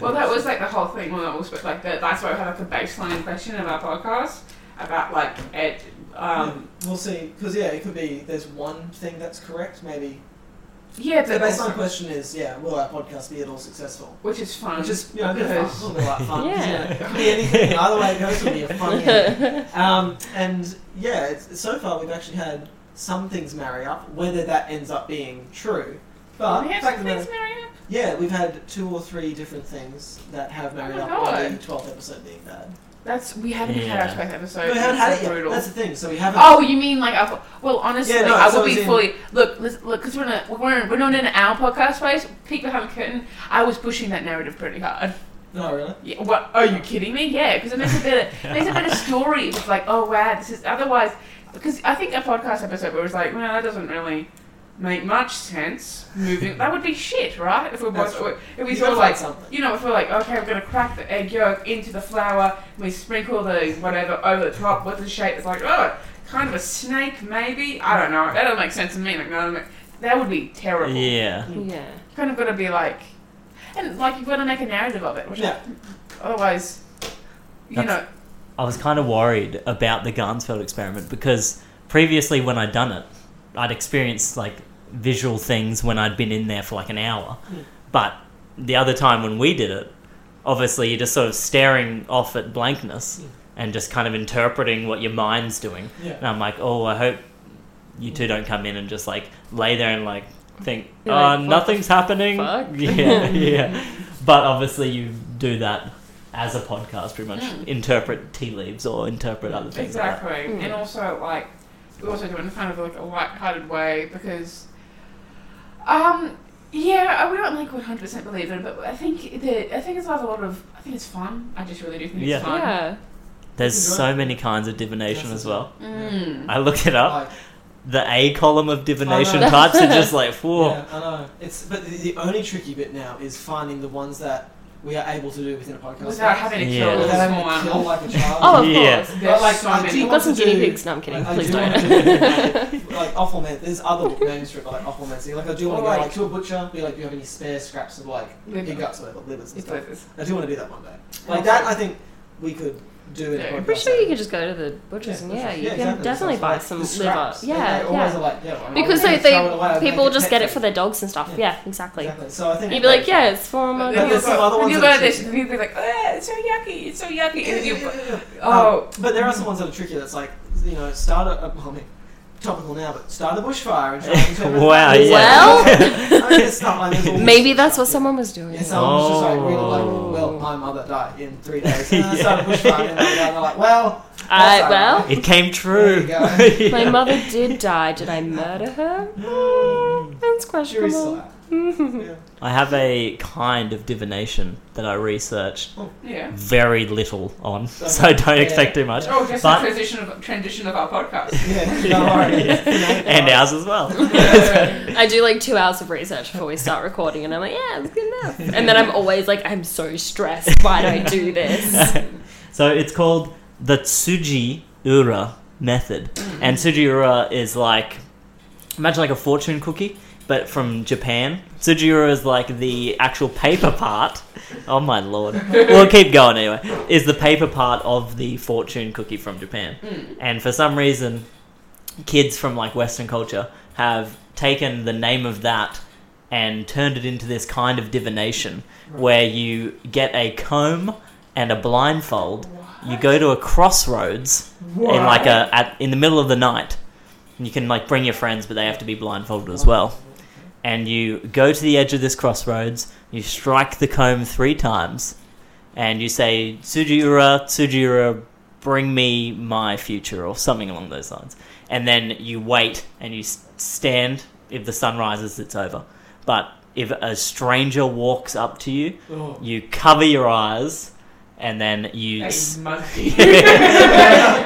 Well, that was like the whole thing when I was with, like that. That's why we had like a baseline question of our podcast about like it. Um, We'll see, because yeah, it could be there's one thing that's correct, maybe Yeah, The but also- baseline question is, yeah, will our podcast be at all successful? which is fun. Which is, you know, a bit of fun. A little bit fun. Yeah. You know, it could be anything. Either way it goes, it'll be a fun year. Um, and yeah, it's, so far we've actually had some things marry up, whether that ends up being true. But we the have fact some of the matter- things, Marianne. yeah, we've had two or three different things that have married Oh my up, by the God. 12th episode being bad. That's we haven't had Yeah. our twelfth episode. we haven't It's so had it yet. brutal. That's the thing. So we haven't. Oh, you mean like I? thought- Well, honestly, Yeah, no, I so will as be in- fully look. Let's, look, because we're not we're, in, we're not in our podcast space. Peek behind the curtain. I was pushing that narrative pretty hard. No, really. Yeah, what? Are you kidding me? Yeah, because it makes a better it makes a better story. It's like, oh wow, this is otherwise. Because I think a podcast episode where it's like, well, that doesn't really make much sense. Moving that would be shit, right? If we That's watch, if we You've sort of gotta find like something. you know, if we're like, okay, we're gonna crack the egg yolk into the flour, we sprinkle the whatever over the top with the shape. It's like, oh, kind of a snake, maybe. I don't know. That doesn't make sense to me. Like, no, that- that would be terrible. Yeah. Yeah. Kind of got to be like, and like you've got to make a narrative of it, which Yeah. otherwise, you That's- know, I was kind of worried about the Garnsfeld experiment because previously, when I'd done it, I'd experienced like visual things when I'd been in there for like an hour. But the other time when we did it, obviously you're just sort of staring off at blankness and just kind of interpreting what your mind's doing. Yeah. And I'm like, oh, I hope you two don't come in and just like lay there and like think, oh, You're like, "What the nothing's happening. fuck? Yeah, yeah. But obviously, you do that as a podcast, pretty much Hmm. interpret tea leaves or interpret other things. exactly. Hmm. Mm. And also, like, we also do it in kind of like a light-hearted way because, um, yeah, I- we don't like 100% believe it, but I think that I think it's like a lot of I think it's fun. I just really do think Yeah. it's fun. Yeah. Like that. There's so many kinds of divination Yes, as well. Mm. I looked it up. Like, The A column of divination Oh, no. types are just like four. yeah, I know. It's but the, the only tricky bit now is finding the ones that we are able to do within a podcast. Without having to Yeah. kill a without little small having to animal. kill like a child. Oh, of Yeah. course. There's like, so I many. do- You've got some to guinea do- pigs. No, I'm kidding. Like, I Please do don't. want to do like awful man. There's other manuscript like awful man. Like I do Or want to go like- like to a butcher. Be like, do you have any spare scraps of like Liver. pig guts or whatever, livers and It's stuff? like this. I do want to do that one day. Like that, I think we could do in Yeah. a podcast. I'm Pretty sure you could just go to the butchers and that's yeah, right. you can exactly. definitely So it's buy like some the liver. scraps. Yeah, they, they always yeah. are like, yeah, well, I'm Because gonna they, throw it away, they I'll people make just pet get it food. for their dogs and stuff. Yeah, exactly. Exactly. So I think You'd be like, yeah, it's for my Then there's you'll dog. some go- other then ones you'll that go are to this cheap. and you'll be like, ah, it's so yucky, it's so yucky. Yeah, And yeah, you, yeah, yeah. oh, Um, but there are some ones that are trickier. That's like, you know, start a. I mean, topical now, but start a bushfire and try and interpret Wow, that. yeah. Well, I guess not, like, there's all Maybe this that's stuff. what someone was doing. Yeah, someone's just like, really Oh. like, well, my mother died in three days. And I started a bushfire, and they're like, well, I- that's well, alright. It came true. There you Yeah. My mother did die. Did I murder her? Hmm. Mm, That's Jury's still questionable. out. Mhm. Yeah. I have a kind of divination that I researched yeah. very little on, So- so don't yeah. expect too much. Oh, just But- the transition of, transition of our podcast. Yeah, don't worry. Yeah. And ours as well. I do like two hours of research before we start recording, and I'm like, yeah, it's good enough. And then I'm always like, I'm so stressed. Why do I do this? so it's called the Tsuji Ura method. Mm. And Tsuji Ura is like imagine like a fortune cookie, but from Japan. Tsuji Ura is like the actual paper part. Oh my lord. we'll keep going anyway. Is the paper part of the fortune cookie from Japan. Mm. And for some reason kids from like Western culture have taken the name of that and turned it into this kind of divination where you get a comb and a blindfold. You go to a crossroads in like a at, in the middle of the night. And you can like bring your friends, but they have to be blindfolded as well. And you go to the edge of this crossroads. You strike the comb three times, and you say "Sujiura, Sujiura, bring me my future" or something along those lines. And then you wait and you s- stand. If the sun rises, it's over. But if a stranger walks up to you, Oh. you cover your eyes, and then you. Hey, s- monkey.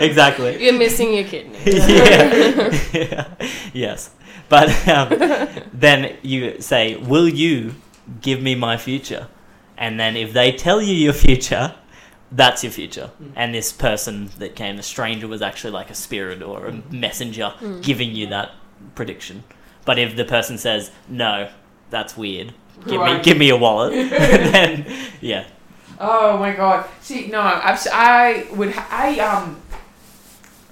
exactly. You're missing your kidney. yeah. Yes. But um, then you say, Will you give me my future? And then if they tell you your future, that's your future. Mm. And this person that came, the stranger, was actually like a spirit or a Mm. messenger giving you that prediction. But if the person says, No, that's weird. Give me, Right. give me a wallet. then, yeah, Oh my god! See, no, I've, s- I would, ha- I um,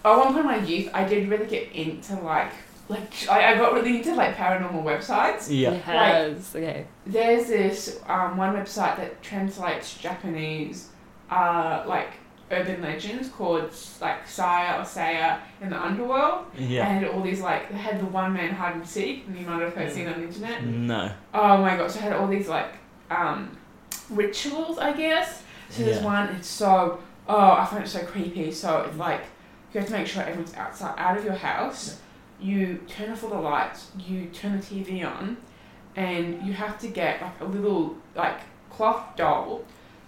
at one point in my youth, I did really get into like like I, I got really into like paranormal websites. Yeah. Yes. Okay. There's this um, one website that translates Japanese uh, like urban legends called like Saya or Saya in the underworld, Yeah. and all these like they had the one man hide and seek, and you might have heard seen on the internet. No. Oh my gosh, I had all these like um, rituals, I guess. So there's Yeah. one, it's so, oh, I find it so creepy. So it's like, you have to make sure everyone's outside, out of your house. You turn off all the lights, you turn the TV on, and you have to get like a little like cloth doll.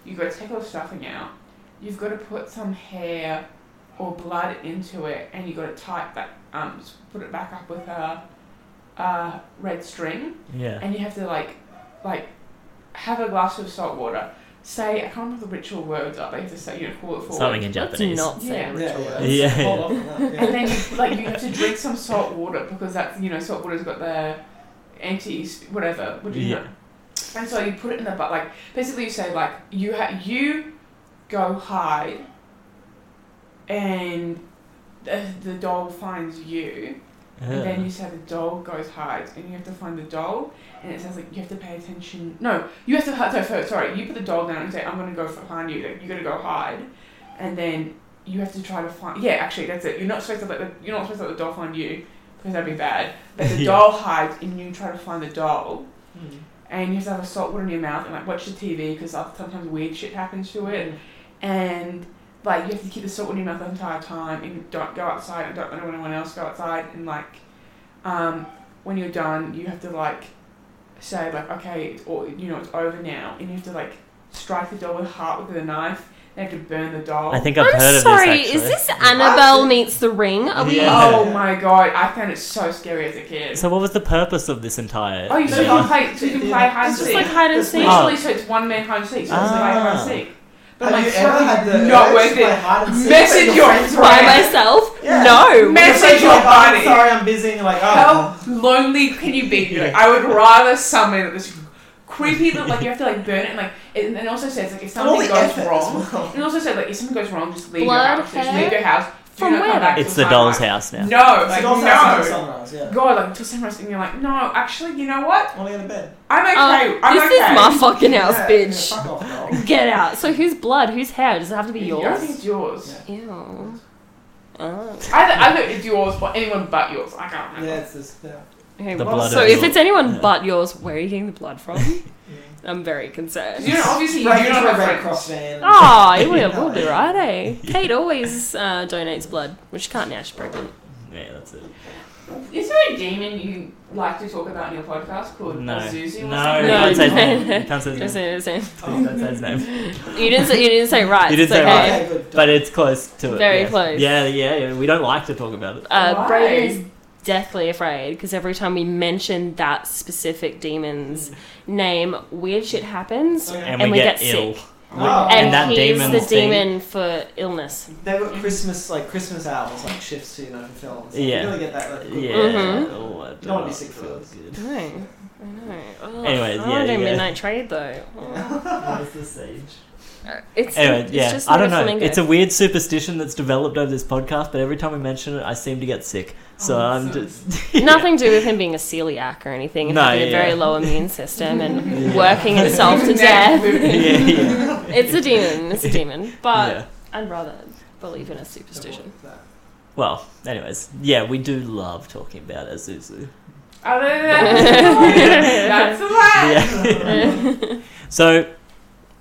You've got to take all the stuffing out. You've got to put some hair or blood into it, and you've got to tie that, um, s- put it back up with a uh, red string Yeah. and you have to like like have a glass of salt water. Say I can't remember the ritual words are. They have to say you know call it forward. Something in Let's Japanese. not say Yeah. Yeah, ritual yeah. words. that's- Yeah, yeah. hold off on that, And yeah. then you, like you have to drink some salt water because that's you know salt water's got the anti whatever. What do you Yeah. know? And so you put it in the butt. Like basically you say like you ha- you go hide, and the, the doll finds you. And then you say the doll goes hides, and you have to find the doll, and it says like you have to pay attention. No, you have to hide. So first, sorry, you put the doll down and say I'm gonna go find you. Like, you gotta go hide, and then you have to try to find. Yeah, actually, that's it. You're not supposed to let the you're not supposed to let the doll find you because that'd be bad. But the Yeah. doll hides, and you try to find the doll, Hmm. and you have to have a salt water in your mouth and like watch the TV because sometimes weird shit happens to it, Mm. and like you have to keep the salt in your mouth the entire time and don't go outside and don't let anyone else go outside and like um, when you're done you have to like say like okay it's all, you know it's over now and you have to like strike the doll with a heart with a knife they have to burn the doll I think I've I'm heard of sorry. this. is Actually. this Annabelle meets the Ring? Are we? Yeah. oh my god I found it so scary as a kid So, what was the purpose of this entire? oh you, so you Yeah. can play so you can play hide and It's seek just like hide and it's seek. literally like- Oh. so it's one man hide and seek so it's Ah. like hide and seek but Have like you ever had the not urge to worth play it hide and seek, but Message your friend. friends By were like, myself? Yeah. No. Man- your friends Message were like, your "Oh, buddy." Sorry, I'm busy. And you're like, oh, How lonely can you be? Like, I would rather summon at this creepy that like you have to like burn it and like it, and it also says like if And all something the goes effort as wrong. well. It also says like if something goes wrong, just leave Blood, your house. Just hair? leave your house. Do From not where? Come back It's till the doll's sunrise. house now. No, It's like also after no. sunrise, yeah. God, like till sunrise, and you're like, no, actually, you know what? Wanna go to bed? I'm okay. Uh, I'm this okay. is my fucking house, Yeah, bitch. yeah, fuck off, doll. Get out. So whose blood? Whose hair? Does it have to be Yeah, I think yours? it's yours. Ew. Oh. Either, either it's yours or anyone but yours. I can't remember. Yeah, it's this. Yeah. Okay, The well, blood so of if your- it's anyone yeah. but yours, where are you getting the blood from? I'm very concerned. 'Cause You know, obviously, you Break don't into have a Red friends. Cross van. Ah, Oh, it will, will be right, eh? Kate always uh, donates blood, which she can't now. She's pregnant. Yeah, that's it. Is there a demon you like to talk about in your podcast called No. Zuzu? No, or can't something? say his name. No. Can't say his Just name. saying, just saying. Please don't say his name. You didn't say you didn't say right. You didn't it's say okay. Okay, good. But it's close to it. Very yeah. close. Yeah, yeah, yeah. We don't like to talk about it. Uh, Why? Brayden is deathly afraid because every time we mention that specific demon's name, weird shit happens, Okay. And, And we, we get, get ill. sick. Oh. and, And that he's the demon's thing- demon for illness. They've got Christmas like Christmas hours like shifts to you know for films. Yeah. You really get that. Like, good- Yeah. Mhm. Oh, I don't Don't wanna know. be sick for those. Good. No, I know. Ugh, Anyways, I want yeah, to do yeah. midnight trade though. Ugh. Where's the sage? It's Anyway, it's yeah, just I not don't a know. flamingo. It's a weird superstition that's developed over this podcast, but every time we mention it, I seem to get sick. So Oh, I'm so- just Nothing to do with him being a celiac or anything, and No, having a yeah. very low immune system and Yeah. working himself to death. yeah, yeah. It's a demon. It's a demon. But yeah. I'd rather believe in a superstition. Well, anyways, yeah, we do love talking about Azuzu. Other than that, that's a lie. Yeah. so,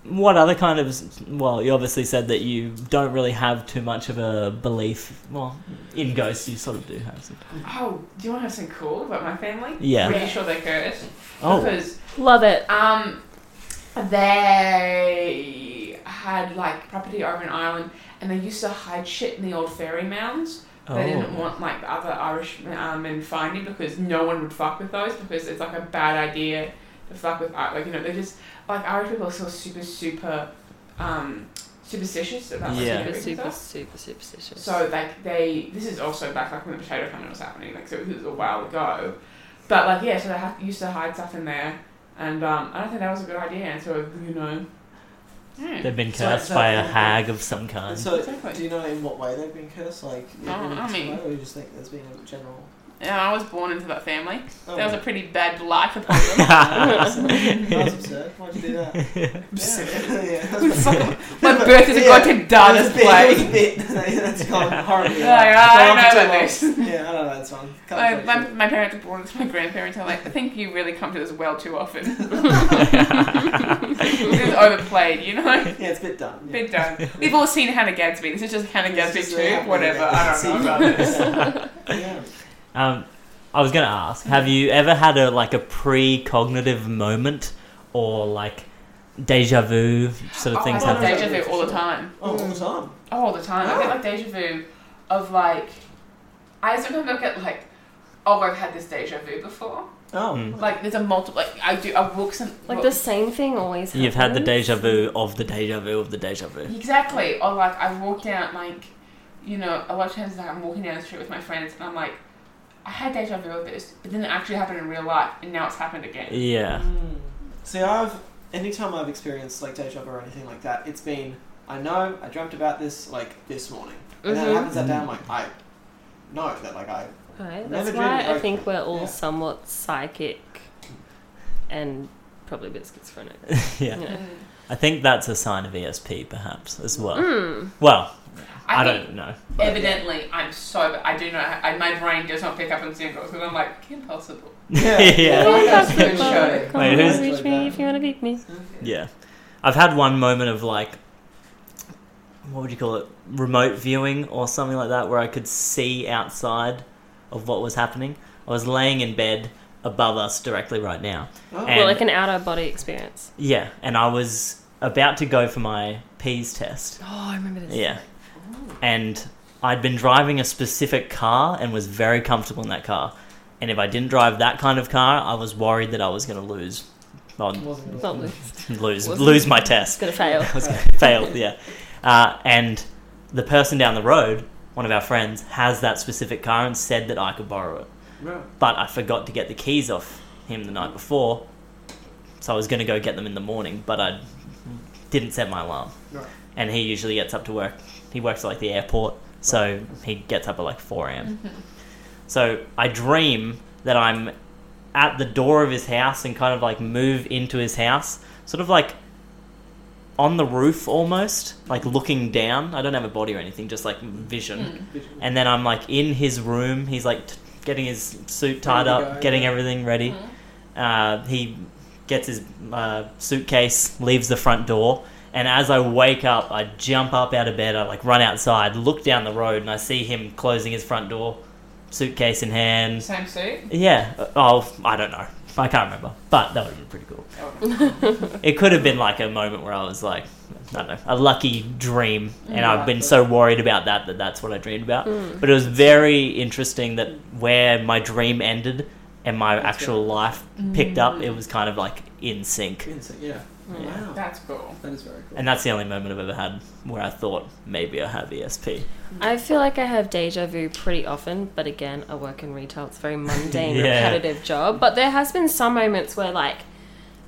what other kind of? Well, you obviously said that you don't really have too much of a belief. Well, in ghosts, you sort of do have. Some. Oh, do you want to have something cool about my family? Yeah. Pretty sure they're cursed. Oh, Because Love it. um, they had like property over in Ireland, and they used to hide shit in the old fairy mounds. They didn't oh, want like the other Irish um, men finding because no one would fuck with those because it's like a bad idea to fuck with Ir- like you know they're just like Irish people are so super super um, superstitious about like, Yeah. fairies Super, super, and stuff. super superstitious. So like they, this is also back like when the potato famine was happening, like so it was a while ago. But like yeah, so they ha- used to hide stuff in there, and um, I don't think that was a good idea. And so you know, yeah. they've been So cursed it's a- by a hag of some kind. So, Exactly. do you know in what way they've been cursed? Like, Oh, I in mean- particular, or you just think there's been a general Yeah, I was born into that family. Oh, That was a that pretty bad light upon them. was yeah. absurd. Why'd you do that? Absurd. Yeah, yeah. My birth is a goddamn data It's a bit- it's play. a bit- That's kind of horribly. Yeah, like, I gone on know for too about long. this. Yeah, I know that's one. My, my, my parents are born into my grandparents. I'm like, I think you really come to this well too often. this is overplayed, you know? Yeah, it's a bit dumb. Yeah. Bit done. We've all seen Hannah Gadsby. This is just Hannah It's Gadsby just 2, really happening whatever. there. I See, don't know. brother, yeah. Yeah. Um, I was going to ask, have you ever had a like a pre-cognitive moment or like deja vu sort of Oh, things I have happen. deja vu all the time. Oh, all the time. Oh, all the time. I get like deja vu of like. I sometimes look at like, oh, I've had this deja vu before. Oh. Mm. Like, there's a multiple. Like, I do. I walk some. Like the same thing always happens. You've had the deja vu of the deja vu of the deja vu. Exactly. Or like I walk down like you know, a lot of times like I'm walking down the street with my friends and I'm like, I had deja vu of this, but then it actually happened in real life and now it's happened again. Yeah. Mm. See, I've anytime I've experienced like deja vu or anything like that, it's been I know I dreamt about this like this morning, and then it Mhm. happens that day. I'm like, I know that like I Right, Never that's dreamed why of I both. think we're all Yeah. somewhat psychic and probably a bit schizophrenic. yeah. Yeah. I think that's a sign of ESP perhaps as well. Mm. Well, I, I, think don't know. evidently I'm sober. I do not. I, my brain does not pick up on singles because I'm like impossible. yeah Yeah. I like that. That's good show. Come Wait, on, who's- reach me if you want to beat me. Yeah. I've had one moment of like, what would you call it? Remote viewing or something like that, where I could see outside of what was happening. I was laying in bed above us directly right now. Oh. And- well, like an outer body experience. Yeah. And I was about to go for my P's test. Oh, I remember this. Yeah. And I'd been driving a specific car and was very comfortable in that car. And if I didn't drive that kind of car, I was worried that I was going to lose. Well, Wasn't It's good. not loose. lose, Wasn't- lose my test. It's gonna fail. I was gonna- failed, yeah. Uh, and the person down the road, one of our friends, has that specific car and said that I could borrow it. Right. But I forgot to get the keys off him the night before, so I was going to go get them in the morning, but I didn't set my alarm. Right. And he usually gets up to work. He works at like the airport, so he gets up at like 4 a.m. So I dream that I'm at the door of his house and kind of like move into his house, sort of like on the roof almost, like looking down. I don't have a body or anything, just like vision. And then I'm like in his room. He's like t- getting his suit tied Ready to up, go, getting yeah. Mm-hmm. everything ready. Mhm. Uh, he gets his uh, suitcase, leaves the front door. And as I wake up, I jump up out of bed. I like run outside, look down the road, and I see him closing his front door, suitcase in hand. Same suit. Yeah. uh, Oh, I don't know. I can't remember. But that would have been pretty cool. It could have been like a moment where I was like, I don't know, a lucky dream. And I've been so worried about that that that's what I dreamed about. But it was very interesting that where my dream ended and my actual life picked up, it was kind of like in sync. Insane, Yeah. Yeah. Wow. That's cool. That is very cool. And that's the only moment I've ever had where I thought maybe I have E ESP. I feel like I have deja vu pretty often, but again, I work in retail. It's a very mundane, Yeah. repetitive job. But there has been some moments where, like,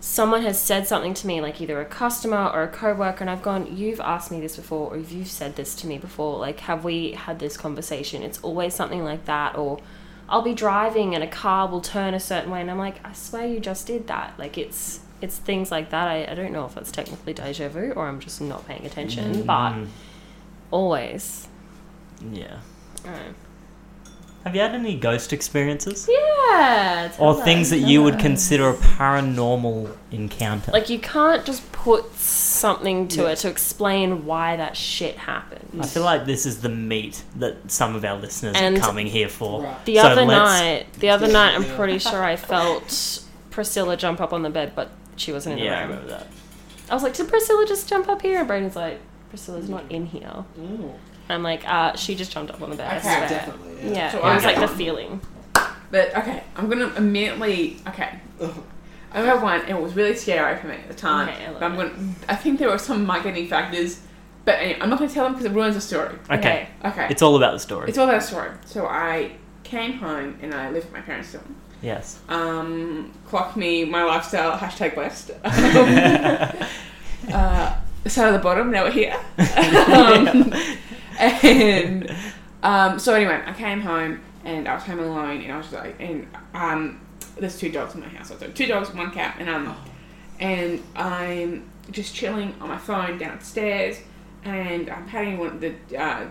someone has said something to me, like either a customer or a coworker, and I've gone, "You've asked me this before, or you've said this to me before. Like, have we had this conversation?" It's always something like that, or I'll be driving and a car will turn a certain way, and I'm like, "I swear you just did that." Like, it's it's things like that. I, I don't know if it's technically deja vu or I'm just not paying attention, but Mm, always. yeah. Alright. Have you had any ghost experiences? Yeah. tell Or us. things that you would consider a paranormal encounter. like you can't just put something to Yeah. it to explain why that shit happened. I feel like this is the meat that some of our listeners And- are coming here for. Right. The So other let's- night, the other night, I'm Yeah. pretty sure I felt Priscilla jump up on the bed, but she wasn't in Yeah, I the room. remember that. I was like, "Did Priscilla just jump up here?" And Braden's like, "Priscilla's not in here." And Ooh. I'm like, "Uh, she just jumped up on the bed." I Okay. swear." Definitely. Yeah, So it I was like got the one. feeling. But okay, I'm gonna immediately. Okay, Oh, I had one, and it was really scary for me at the time. Okay, I love but I'm it. gonna. I think there were some mitigating factors, but anyway, I'm not gonna tell them because it ruins the story. Okay. Okay. Okay. It's all about the story. It's all about a story. So I came home and I lived with my parents still. yes. Um, clock me, my lifestyle, hashtag West. Um, uh, started at the bottom, now we're here. Um, And um, so anyway, I came home and I was home alone, and I was just like, and um, there's two dogs in my house. I was like, two dogs, one cat, and I'm, and I'm just chilling on my phone downstairs, and I'm patting one of the uh,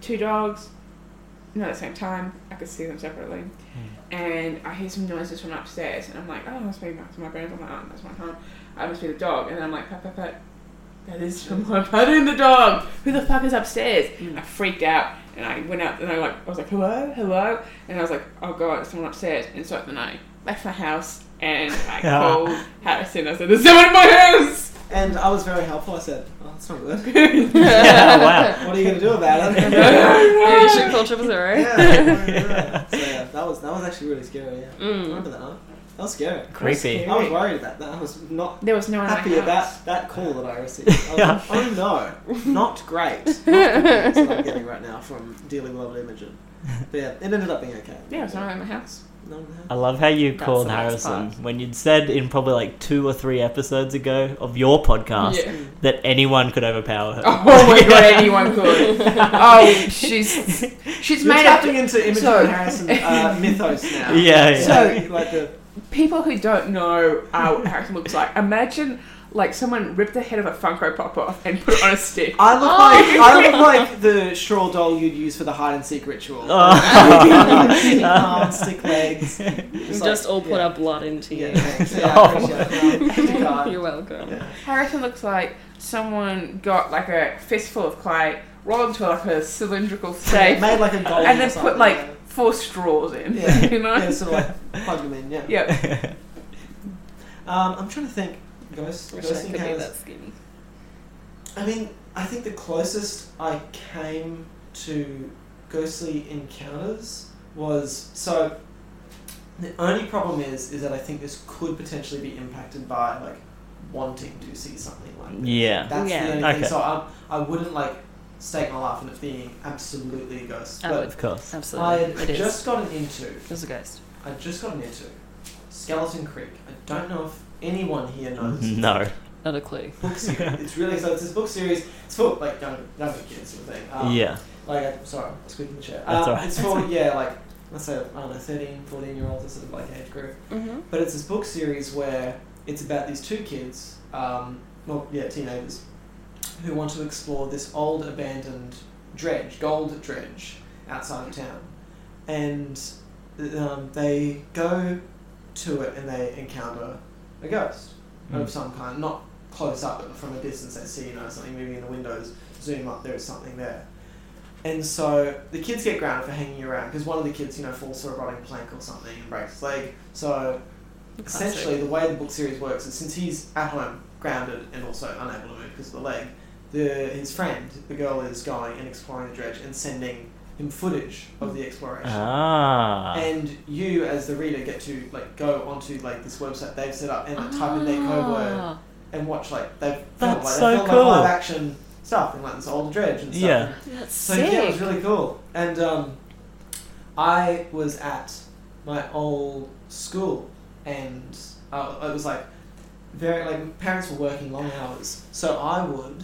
two dogs. Not at the same time, I could see them separately, Hmm. and I hear some noises from upstairs, and I'm like, oh, that's maybe that's my parents. I'm like, oh, that's my home. I must be the dog, and then I'm like, pat, pat, pat. That is from my patting the dog. Who the fuck is upstairs? Hmm. I freaked out and I went out and I like I was like hello hello and I was like oh god it's someone upstairs and so then I left my house and I called Harrison I said there's someone in my house And I was very helpful. I said, "Oh, that's not good. Yeah, wow. What are you going to do about it?" Maybe you should call triple zero. yeah, yeah. So yeah, that was that was actually really scary. Yeah, Mm. I remember that night. That was scary. Creepy. I was worried that that I was not there was Oh, no one happy in my house. about that call that I received. I was like, oh no, not great. Not the news that I'm getting right now from dealing with Imogen. But yeah, it ended up being okay. yeah there was no one in my house No one had- I love how you That's called the best Harrison part. when you'd said in probably like two or three episodes ago of your podcast Yeah. that anyone could overpower her. oh my god anyone could oh she's she's You're made up tapping into Imogen so- Harrison uh, mythos now. Yeah, yeah. So like the people who don't know uh, what Harrison looks like imagine like someone ripped the head of a Funko Pop off and put it on a stick I Oh, look like I look like the straw doll you'd use for the hide and seek ritual. stick arms, stick legs. We've Oh. Just, just all put yeah. our blood into you. Yeah, thanks. Yeah, Oh. I appreciate that. God. You're welcome. Harrison looks like someone got like a fistful of clay, rolled into like a cylindrical They shape, made like a gold and or then something, put like four straws in. Yeah. You know? yeah. yeah, sort of like plug them in. Yeah. Yeah. Um, I'm trying to think. Ghost, Wish I ghost could be that encounters. skinny. I mean, I think the closest I came to ghostly encounters was so. The only problem is, is that I think this could potentially be impacted by like wanting to see something like this. yeah. That's Yeah. the only Okay. thing. So I, I wouldn't like stake my life on it being absolutely a ghost. I but Of course. I Absolutely. had It is. just gotten into. There's a ghost. I just gotten into Skeleton Creek. I don't know if anyone here knows. No. Not a clue. Book series. It's really so. It's this book series. It's for like young, younger kids sort of thing. Um, Yeah. Like I'm sorry, I squeaked in the chair. That's um, alright. It's for yeah, like let's say I don't know, 13, 14 year olds, sort of like age group. Mm-hmm. But it's this book series where it's about these two kids, um, well, yeah, teenagers, who want to explore this old abandoned dredge, gold dredge, outside of town. And um, they go to it and they encounter a ghost Mm. of some kind, not close up, but from a distance they see, you know, something moving in the windows, zoom up, there is something there. And so the kids get grounded for hanging around because one of the kids, you know, falls to a rotting plank or something and breaks his leg. So essentially the way the book series works is since he's at home grounded and also unable to move because of the leg the, his friend the girl is going and exploring the dredge and sending him footage of the exploration Ah. and you as the reader get to like go ontype like this website they've set up and like, type in their code Ah. word and watch like they've filmed, That's like, so they filmed, cool. like, live action stuff in like this old dredge and stuff Yeah. That's so sick. yeah, it was really cool. And um, I was at my old school, and uh, it was like very like parents were working long hours, so I would.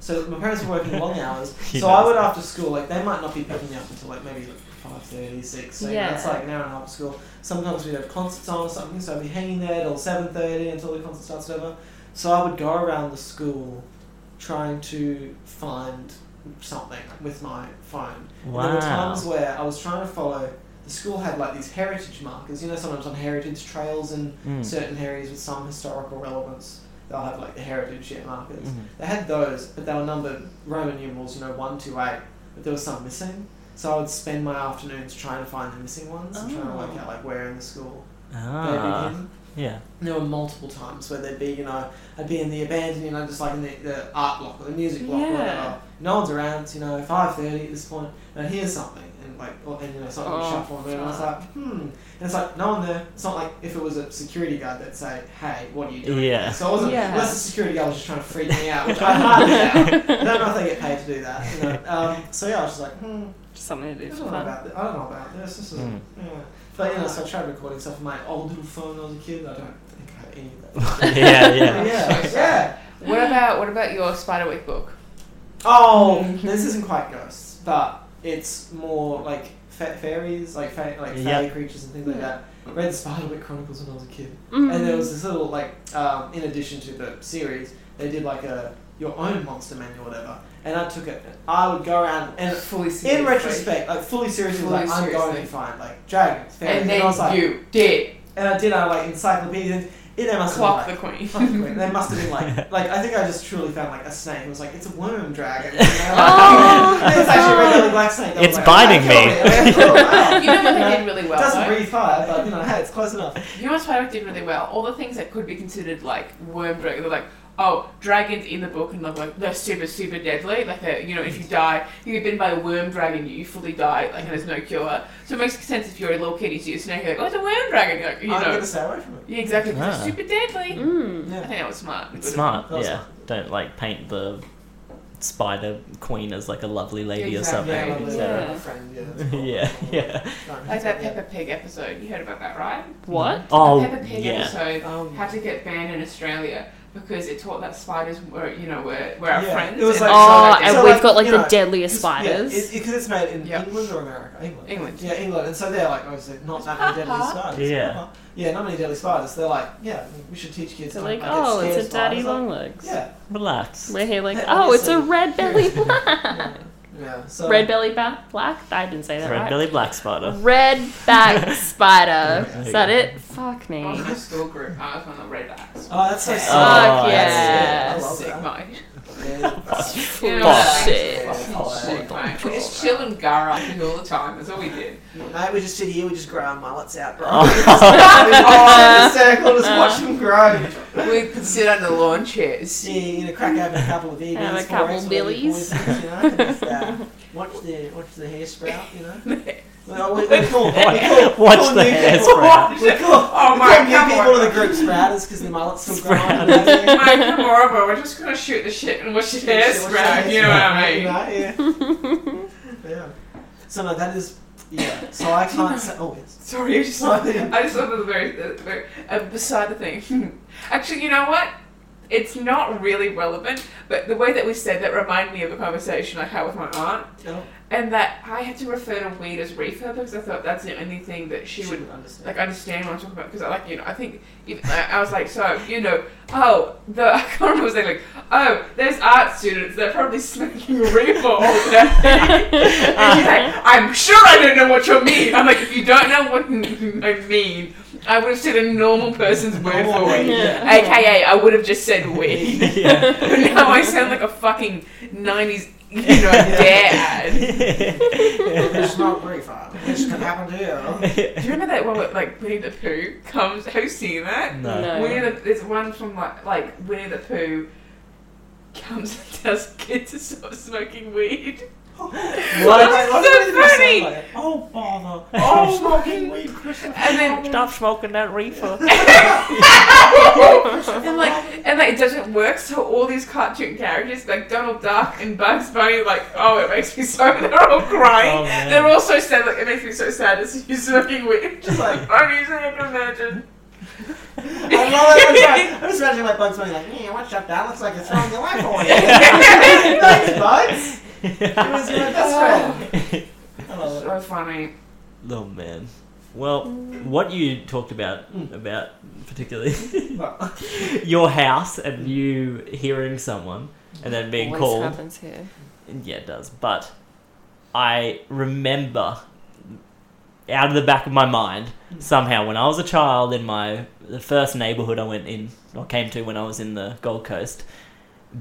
So my parents were working long hours, He so I knows would that. after school like they might not be picking me up until like maybe like five thirty six. So Yeah. that's like an hour and a half of school. Sometimes we'd have concerts on or something, so I'd be hanging there till seven thirty until the concert starts, whatever. So I would go around the school trying to find something with my phone. And there were times Wow. where I was trying to follow. The school had like these heritage markers, you know, sometimes on heritage trails in Mm. certain areas with some historical relevance, they'll have like the heritage yeah, markers. Mhm. They had those, but they were numbered Roman numerals, you know, one, two, eight. But there was some missing, so I would spend my afternoons trying to find the missing ones and trying to work Oh. out like where in the school Ah. they begin. Yeah. And There were multiple times where there'd be, you know, I'd be in the abandoned, you know, just like in the, the art block or the music block or Yeah. whatever. No one's around, it's, you know, 5.30 at this point, and I hear something, and like, or, and you know, something Oh, oh, shuffle and I was like, hmm. And it's like, no one there. It's not like if it was a security guard that'd say, hey, what are you doing? Yeah. So it wasn't, Yeah. unless the security guard was just trying to freak me out, which I hardly doubt. I don't know if they get paid to do that, you know. Um, so yeah, I was just like, hmm. Just something to I do don't for know fun. about this. I don't know about this. This is Mm. yeah. But you know, so I tried recording stuff on my old little phone when I was a kid. I don't think I have any of that. Yeah, yeah. yeah. yeah, yeah. What about what about your Spider Week book? Oh, this isn't quite ghosts, but it's more like fa- fairies, like fa- like fairy Yeah. creatures and things like that. Read Spiderwick Chronicles when I was a kid, Mm. Mm-hmm. and there was this little like um, in addition to the series, they did like a your own monster manual or whatever. And I took it. I would go around and fully in retrospect, like fully seriously, Fully like I'm going seriously. to find like dragons, fairies, and I was then like, you did and I did. I like encyclopedias. It they must clock the have been, queen. like, "Oh, clock the queen. They must have been like, like I think I just truly found like a snake. It was like it's a worm dragon. You know? Oh, Like, it's actually a regular black snake. I was It's like, biting okay, me. okay, you know cool, wow. what You they know, did really It well doesn't though? breathe fire, but you know, hey, it's close enough. You know what Spiderwick did really well? All the things that could be considered like worm dragons, they're like, oh, dragons in the book, and they're like, they're super, super deadly. Like, they're, you know, if you die, you get bitten by a worm dragon, you fully die, like, and there's no cure. So it makes sense if you're a little kid, you see a snake, you're like, oh, it's a worm dragon. You're like, you I'm know, gonna stay away from it. yeah, exactly, 'cause Ah. they're super deadly. Mm. I Yeah. think that was smart. It's smart, That's yeah. Don't like paint the spider queen as like a lovely lady Exactly. Yeah, or lovely, something. Yeah. yeah, friend, yeah, that's cool. Yeah, yeah. Like that Peppa Pig episode, you heard about that, right? What? Oh, the Peppa Pig yeah. episode Um, had to get banned in Australia because it taught that spiders were, you know, were, were our Yeah, friends. it was and like- they were Oh, so, our and so, we've like, got like you the know, deadliest spiders. Because it's made in Yeah. England or America? England. England. Yeah, England. And so they're like, oh, is it not that many deadly spiders? Yeah. Uh-huh. Yeah, not many deadly spiders. They're like, yeah, we should teach kids. so to like, not get oh, it's scared a of daddy spiders. Like, longlegs. Yeah. Relax. We're here like, Yeah, oh, it's a obviously. red belly Yeah. black. yeah. Yeah. So. Red belly ba- black? I didn't say that Red right. belly black spider. Red back spider. There Is you that go. it? Fuck I was me. in a school group. I was one of the red acts. Oh, that's so sick. Fuck That's yeah. sick. I love Sick, that. mate. Yeah, that's- You know Fuck. what I Oh, mean? Shit. Fuck. Sick, mate. We just chill and gar up all the time. That's all we did. Mate, we just sit here, we just grow our mullets out, bro. Oh. we just oh, in a circle, just Uh. watch them grow. We could sit under lawn chairs. Yeah, you know, crack open a couple of EVs, Have a four couple X, whatever you billies. call it, you know, and just, uh, watch the watch the hair sprout, you know. Well, we, we call, we call, Watch call the new hair people- sprout. We call, Oh we my call new God. people to the group sprouters because the mullets still grow. Sprout. Yeah. Mate, come over. We're just gonna shoot the shit and watch the hair sprout. You know what I mean? You know, yeah. yeah. So no, that is yeah. So I can't say. Oh, it's Sorry, I just love I just love the very, the very uh, beside the thing. Actually, you know what? It's not really relevant, but the way that we said that reminded me of a conversation I had with my aunt, no. and that I had to refer to weed as reefer because I thought that's the only thing that she would Shouldn't understand. like understand what I'm talking about because I like you know I think if, I, I was like so you know oh the I can't remember what I was saying, like oh there's art students they're probably smoking reefer all day and she's like I'm sure I don't know what you mean I'm like if you don't know what I mean I would have said a normal person's word for Normal, weed yeah. aka I would have just said weed yeah. but now I sound like a fucking 90s you know dad It's not very far. This can happen here. Do you remember that one with like Winnie the Pooh comes? Have you seen that? no. No. Winnie the there's one from like like Winnie the Pooh comes and tells kids to stop smoking weed. That's so funny. Oh, bother. Oh, Oh, smoking weed, Christmas. And then Stop smoking that reefer. and like and like it doesn't work. So all these cartoon characters like Donald Duck and Bugs Bunny like oh it makes me so they're all crying. Oh, man. they're all so sad. Like it makes me so sad to see you smoking weed. Just like I'm using it to imagine. I love that. I'm just- I'm just imagining like Bugs Bunny like, yeah, watch out, that looks like it's throwing your life away. Thanks, Bugs. It was my best friend. I love it. So funny. oh man. Well, what you talked about Hmm. about particularly Well, your house and you hearing someone and then being Always called. happens here. Yeah, it does. But I remember out of the back of my mind Hmm. somehow when I was a child in my the first neighborhood I went in or came to when I was in the Gold Coast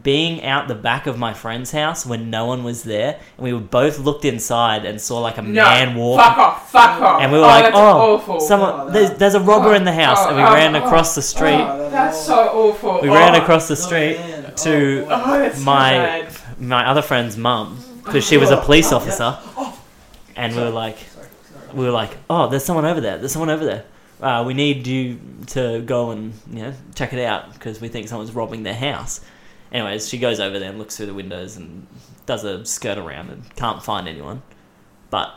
being out the back of my friend's house when no one was there and we were both looked inside and saw like a No, man walk fuck off, fuck off. and we were oh, like that's oh awful. someone Oh, there's, there's a robber in the house oh, and we oh, ran oh, across the street Oh, that's so awful. we oh. ran across the oh, street man. to- Oh, boy. Oh, that's so my- bad. my other friend's mum because she was a police officer, and we were like, Sorry, sorry. we were like, oh, there's someone over there. There's someone over there. Uh, we need you to go and you know check it out because we think someone's robbing their house. Anyways, she goes over there and looks through the windows and does a skirt around and can't find anyone. But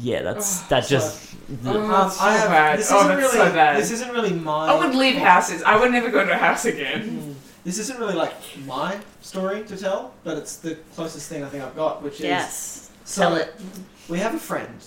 yeah, that's that just Oh, Um, that's so I have, bad. This oh, isn't that's really, so bad. This isn't really my. I would leave houses. I would never go to a house again. Mm. This isn't really like my story to tell, but it's the closest thing I think I've got, which is Yes. so Tell it. we have a friend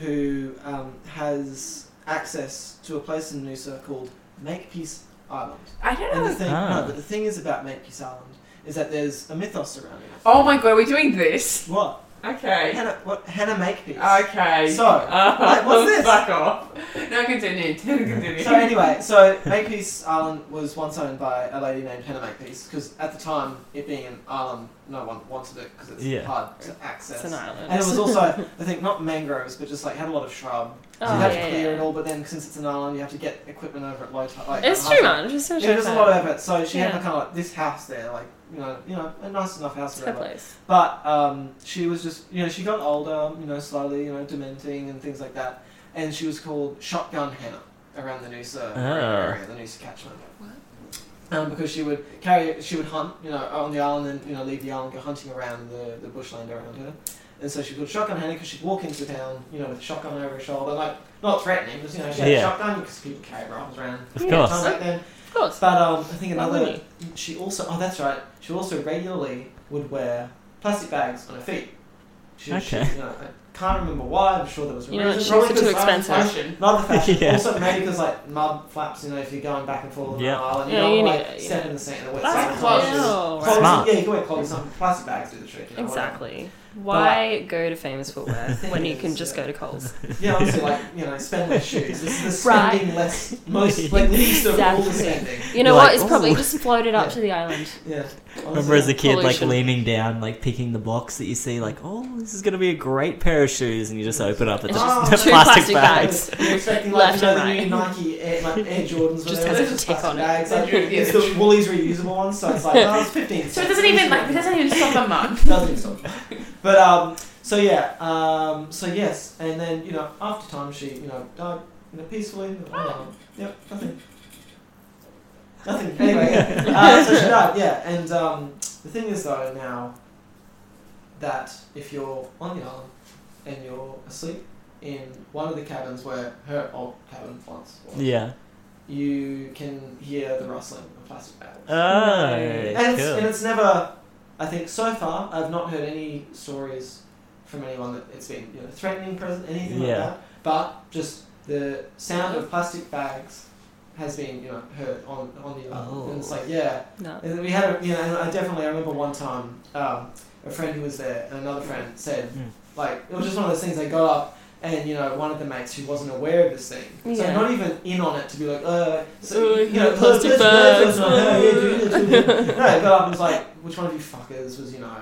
who um, has access to a place in Noosa called Makepeace Island. I don't And know. Oh. the thing, Ah. no, but the thing is about Makepeace Island is that there's a mythos surrounding it. Oh my god, we're doing this. What? Okay. Hannah, what? Hannah Makepeace. Ah, Okay. Uh, So, like, what's this? Fuck off. No, continue. continue. So anyway, so Makepeace Island was once owned by a lady named Hannah Makepeace because at the time, it being an island, no one wanted it because it's Yeah. hard to access. It's an island. And it was also, I think, not mangroves, but just like had a lot of shrub. So Oh, you have yeah, to clear yeah. it all, but then since it's an island, you have to get equipment over at low tide. Like, It's high too tide. much. It's so Yeah, there's a lot of effort. So she had Yeah. like, kind of like this house there, like you know, you know, a nice enough house. It's or her whatever. place. But um, she was just, you know, she got older, you know, slowly, you know, dementing and things like that. And she was called Shotgun Hannah around the Noosa Ah. area, the Noosa catchment. Um, because she would carry, she would hunt, you know, on the island and you know leave the island, go hunting around the, the bushland around her, and so she called shotgun Hannah because she'd walk into town, you know, with a shotgun over her shoulder, like not threatening, just you know, she had Yeah. a shotgun because people carry rifles around. Of Yeah. course. Time back then. Of course. But um, I think another. wouldn't She also. Oh, that's right. She also regularly would wear plastic bags on her feet. She, Okay. She, you know, I can't remember why. I'm sure there was a You know what, reason. shoes are Probably too because- um, expensive. Fashion. Not the fashion. Yeah. Also, maybe because like mud flaps. You know, if you're going back and forth on Yeah. the island, you Yeah, don't you like need- step yeah. in the sand or wet That's sand. close. Clothes- Ew. clothes- Smart. Yeah, you can wear clothes. on. Plastic bags do the trick. You know, whatever. Exactly. Why go to famous footwear when you can just Yeah. go to Coles? Yeah, honestly, like you know, spend less shoes. This is the Right. spending less, most like least of all the Exactly. spending. You know You're what? like, it's probably "Ooh." just floated up Yeah. to the island. Yeah. Remember as a kid, like Pollution. leaning down, like picking the box that you see, like, oh, this is going to be a great pair of shoes, and you just open up, it's It's just just two plastic, plastic bags. bags. You're expecting like Left you know, and the right. new Nike Air, like Air Jordans, Just whatever, has a just tick on plastic it. bags. Like, Yeah. it's the Woolies reusable ones, so it's like oh, it's fifteen. So it doesn't even like it doesn't even stop the month. doesn't even stop. But um, so yeah, um, so yes, and then you know after time she you know died you know, peacefully. you know, Yep, nothing. Nothing. Anyway, yeah. uh, so she died. Yeah, and um, the thing is though now that if you're on the island and you're asleep in one of the cabins where her old cabin once was, Yeah. you can hear the rustling of plastic bags. Oh, and, it's, and cool. it's never, I think, so far, I've not heard any stories from anyone that it's been you know, threatening, present, anything Yeah. like that. But just the sound of plastic bags has been you know heard on on the island, and it's Oh. like yeah, No. and we had a, you know, and I definitely I remember one time um, a friend who was there and another friend said Mm. like it was just one of those things they got up. And you know, one of the mates who wasn't aware of this thing, so Yeah. not even in on it to be like, uh, so, Oh, you know, plastic this bags, person, uh, yeah, do this, do this, uh. no, I got up and was like, which one of you fuckers was, you know,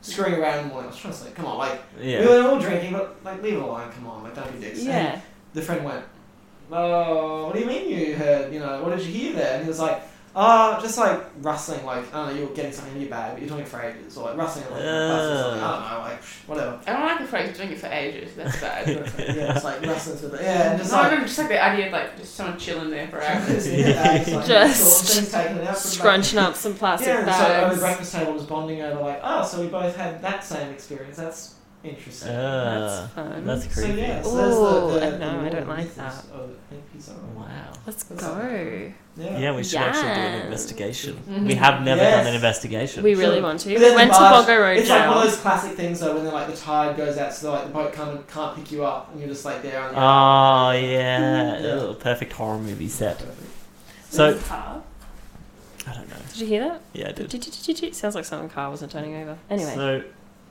screwing around in the morning? I was trying to sleep. Come on, like, we Yeah. were all drinking, but, like, leave it alone. Come on, like, don't be dicks. And Yeah. the friend went, oh, what do you mean you heard, you know, what did you hear there? And he was like, oh, just, like, rustling, like, I don't know, you were getting something in your bag, but you're doing it for ages, or, like, rustling, like, plastic or something. I don't know, like, whatever. I don't like the phrase doing it for ages. That's bad. yeah, it's like rustling through the, yeah, and just, no, I like, remember just like the idea of like just someone chilling there for hours. Just scrunching Scrunching up some plastic yeah, and so at the bags. breakfast table was bonding over like, oh, so we both had that same experience. That's interesting. Ah, That's fun. that's so creepy. yeah, so Ooh, there's the, I the, the know, I normal don't like mythos that. Of hippies are- Wow. Let's go. Yeah. Yeah, we should actually do an investigation. We Mhm. have never Yes. done an investigation. We really Sure. want to. But then We went the to barge- Boggo Road It's like one of Jail. those classic things though, when then like the tide goes out, so like the boat can't can't pick you up, and you're just like there on the Oh yeah, Mm, yeah. Ew, perfect horror movie set. This So is hard. I don't know. Did you hear that? Yeah, I did. Ch-ch-ch-ch-ch. Sounds like someone's car wasn't turning over. Anyway. So,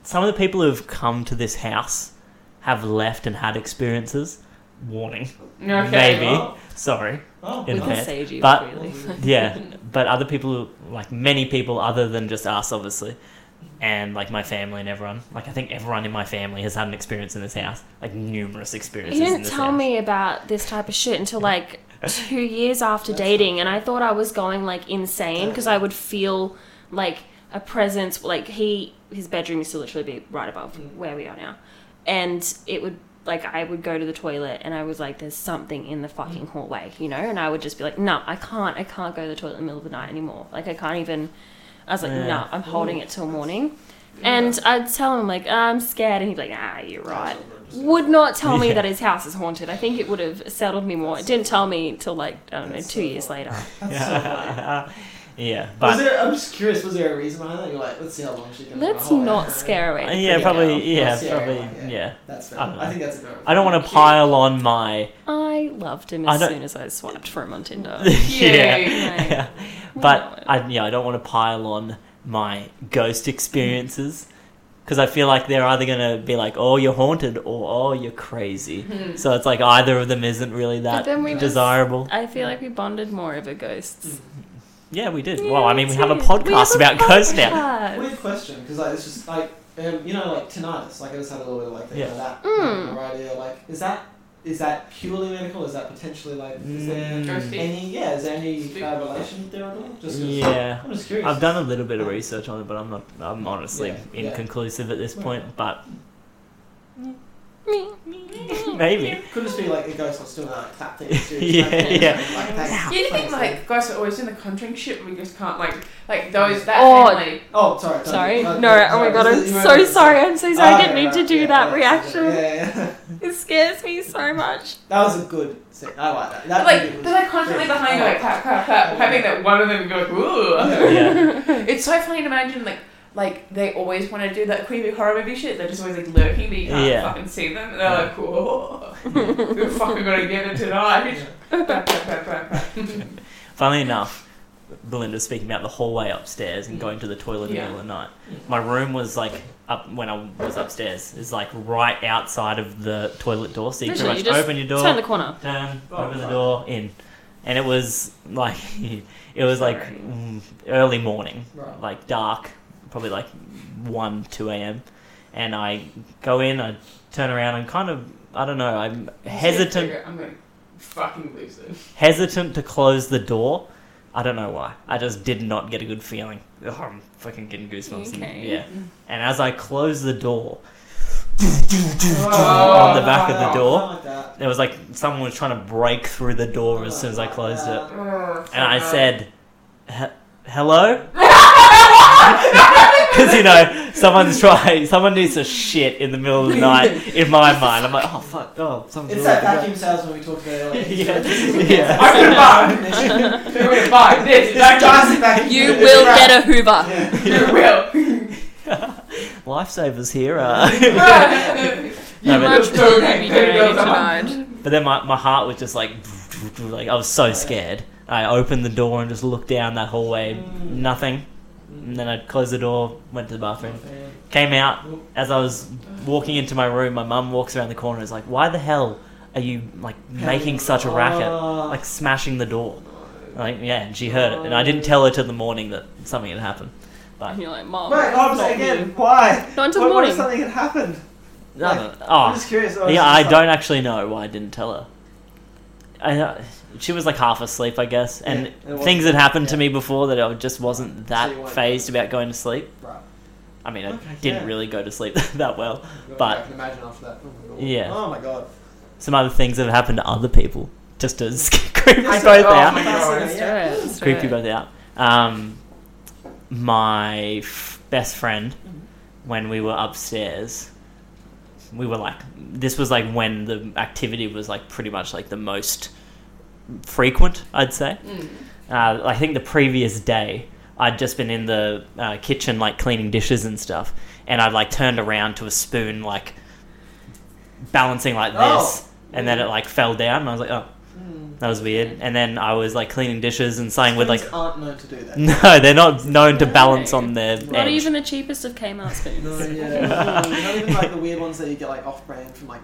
some of the people who've come to this house have left and had experiences. Warning. Okay. Maybe. Oh, Sorry. oh, In we fact, can save you, but- really. Yeah, but other people, like many people other than just us, obviously, and like my family and everyone. Like, I think everyone in my family has had an experience in this house. Like, numerous experiences. You in didn't this tell house. me about this type of shit until like two years after dating, and I thought I was going like insane because I would feel like a presence. Like he, his bedroom used to literally be right above where we are now, and it would like I would go to the toilet, and I was like, "There's something in the fucking hallway," you know, and I would just be like, "No, I can't. I can't go to the toilet in the middle of the night anymore. Like I can't even." I was like, Yeah. "No, I'm holding it till morning." And I'd tell him like I'm scared, and he'd be like, "Ah, you're right." Would not tell me Yeah. that his house is haunted. I think it would have settled me more. It didn't tell me till like I don't know, That's two so years funny. later. That's so funny. Yeah. Yeah, was but there, I'm just curious, was there a reason behind that? You're like, let's see how long she can Let's hold it. not scare away. Uh, the yeah, pretty girl. probably. Yeah, Let's see probably. everyone, Yeah, That's fair. I don't know. I, think that's a fair I don't want to pile on my. I loved him I as don't- soon as I swiped for him on Tinder. yeah, but Well. I yeah I don't want to pile on my ghost experiences because I feel like they're either gonna be like oh you're haunted or oh you're crazy. Hmm. So it's like either of them isn't really that then we just- desirable. I feel like we bonded more over ghosts. Yeah, we did. Yeah, Mm. well, I mean, we have a too. We have podcast a about ghosts now. podcast. Weird question, because like, it's just like, um, you know, like tinnitus. Like I just had a little bit of like thing Yeah. like that. Mm. Right idea. Like, is that is that purely medical? Is that potentially like is there Mm, any yeah? Is there any uh, relation there at all? Just 'cause- yeah, I'm just curious. I've done a little bit of research on it, but I'm not. I'm honestly Yeah, yeah. inconclusive at this Well, point. But Me. maybe. Could just be like a ghost that's doing that like, clap thing. too, Yeah, like, like, yeah. Like, thanks, Yeah, you think thanks, like guys are always doing the conjuring shit. We just can't like like those that Oh, family. Oh, sorry. Sorry. Uh, No, oh my god, sorry, I'm this is- so sorry. I'm so sorry. I didn't Okay, mean to right, do yeah, that yeah, reaction. Yeah, yeah. It scares me so much. That was a good scene. I like But, that. that really like was they're like constantly great. behind you, like clap, clap, clap, hoping that one of them go like, ooh. Yeah. It's so funny to imagine like like they always want to do that creepy horror movie shit. They're just always like lurking, but you can't Yeah. fucking see them. And they're like, whoa, we're fucking gonna get it tonight. Clap, clap, clap, clap, clap. Funnily enough, Belinda's speaking about the hallway upstairs and going to the toilet in the Yeah. middle of the night. My room was like up when I was upstairs. It's like right outside of the toilet door, so you Literally, pretty you much just open your door, Turn the corner. turn, Oh, open the fuck. door, in, and it was like it was like Sorry. mm, early morning, Right. like dark, probably like one two a.m. And I go in, I turn around, I'm kind of I don't know, I'm hesitant I'm gonna fucking lose this. hesitant to close the door. I don't know why. I just did not get a good feeling. Ugh, I'm fucking getting goosebumps. and- Okay. yeah. And as I closed the door, Oh, on the back of the no, door. Oh, I like that. it was like someone was trying to break through the door as soon as I closed it. Oh, And I said, "He- "Hello," because you know someone's trying. Someone needs a shit in the middle of the night. In my mind, I'm like, "Oh fuck! Oh, someone's." It's already that vacuum salesman we talked about earlier. Yeah. I'm gonna yeah. We're gonna buy this. Don't Guys, it's vacuum. You It's will crap. get a Hoover. Yeah. You will. Lifesavers here. Uh, you No, but- will donate thirty dollars a month. But then my, my heart was just like, like I was Oh, so scared. I opened the door and just looked down that hallway, Mm. nothing. And then I closed the door, went to the bathroom, came out. As I was walking into my room, my mum walks around the corner. and Is like, why the hell are you like making such a racket, Oh. like smashing the door? Like, yeah, and she heard it, and I didn't Oh. tell her till the morning that something had happened. And you're like, Mom. Wait, not obviously, again, you." why? Not until What- the What morning. if something had happened? No, Like, no, I'm oh, just curious. yeah, was I just like- don't actually know why I didn't tell her. I, uh, she was like half asleep, I guess, and Yeah, it wasn't- things had happened to yeah. me before that I just wasn't that you weren't- phased about going to sleep. Right. I mean, I Okay, didn't yeah. really go to sleep that well. I But- can imagine after that. Oh my god. Yeah. Oh my god. Some other things that have happened to other people just to creep us said, both oh out, my Fascinating, God. Let's yeah. do it, let's do creep you it. both out. Um, my f- best friend, when we were upstairs, we were like, this was like when the activity was like pretty much like the most frequent, I'd say. uh, I think the previous day, I'd just been in the uh, kitchen, like cleaning dishes and stuff, and I'd like turned around to a spoon, like balancing like this, Oh. and then it like fell down, and I was like, oh, Hmm. that was weird. And then I was like cleaning dishes and saying with like, Spoons aren't known to do that. no, they're not known to balance on their Not edge. even the cheapest of Kmart spoons. No, yeah. Not even like the weird ones that you get like off-brand from like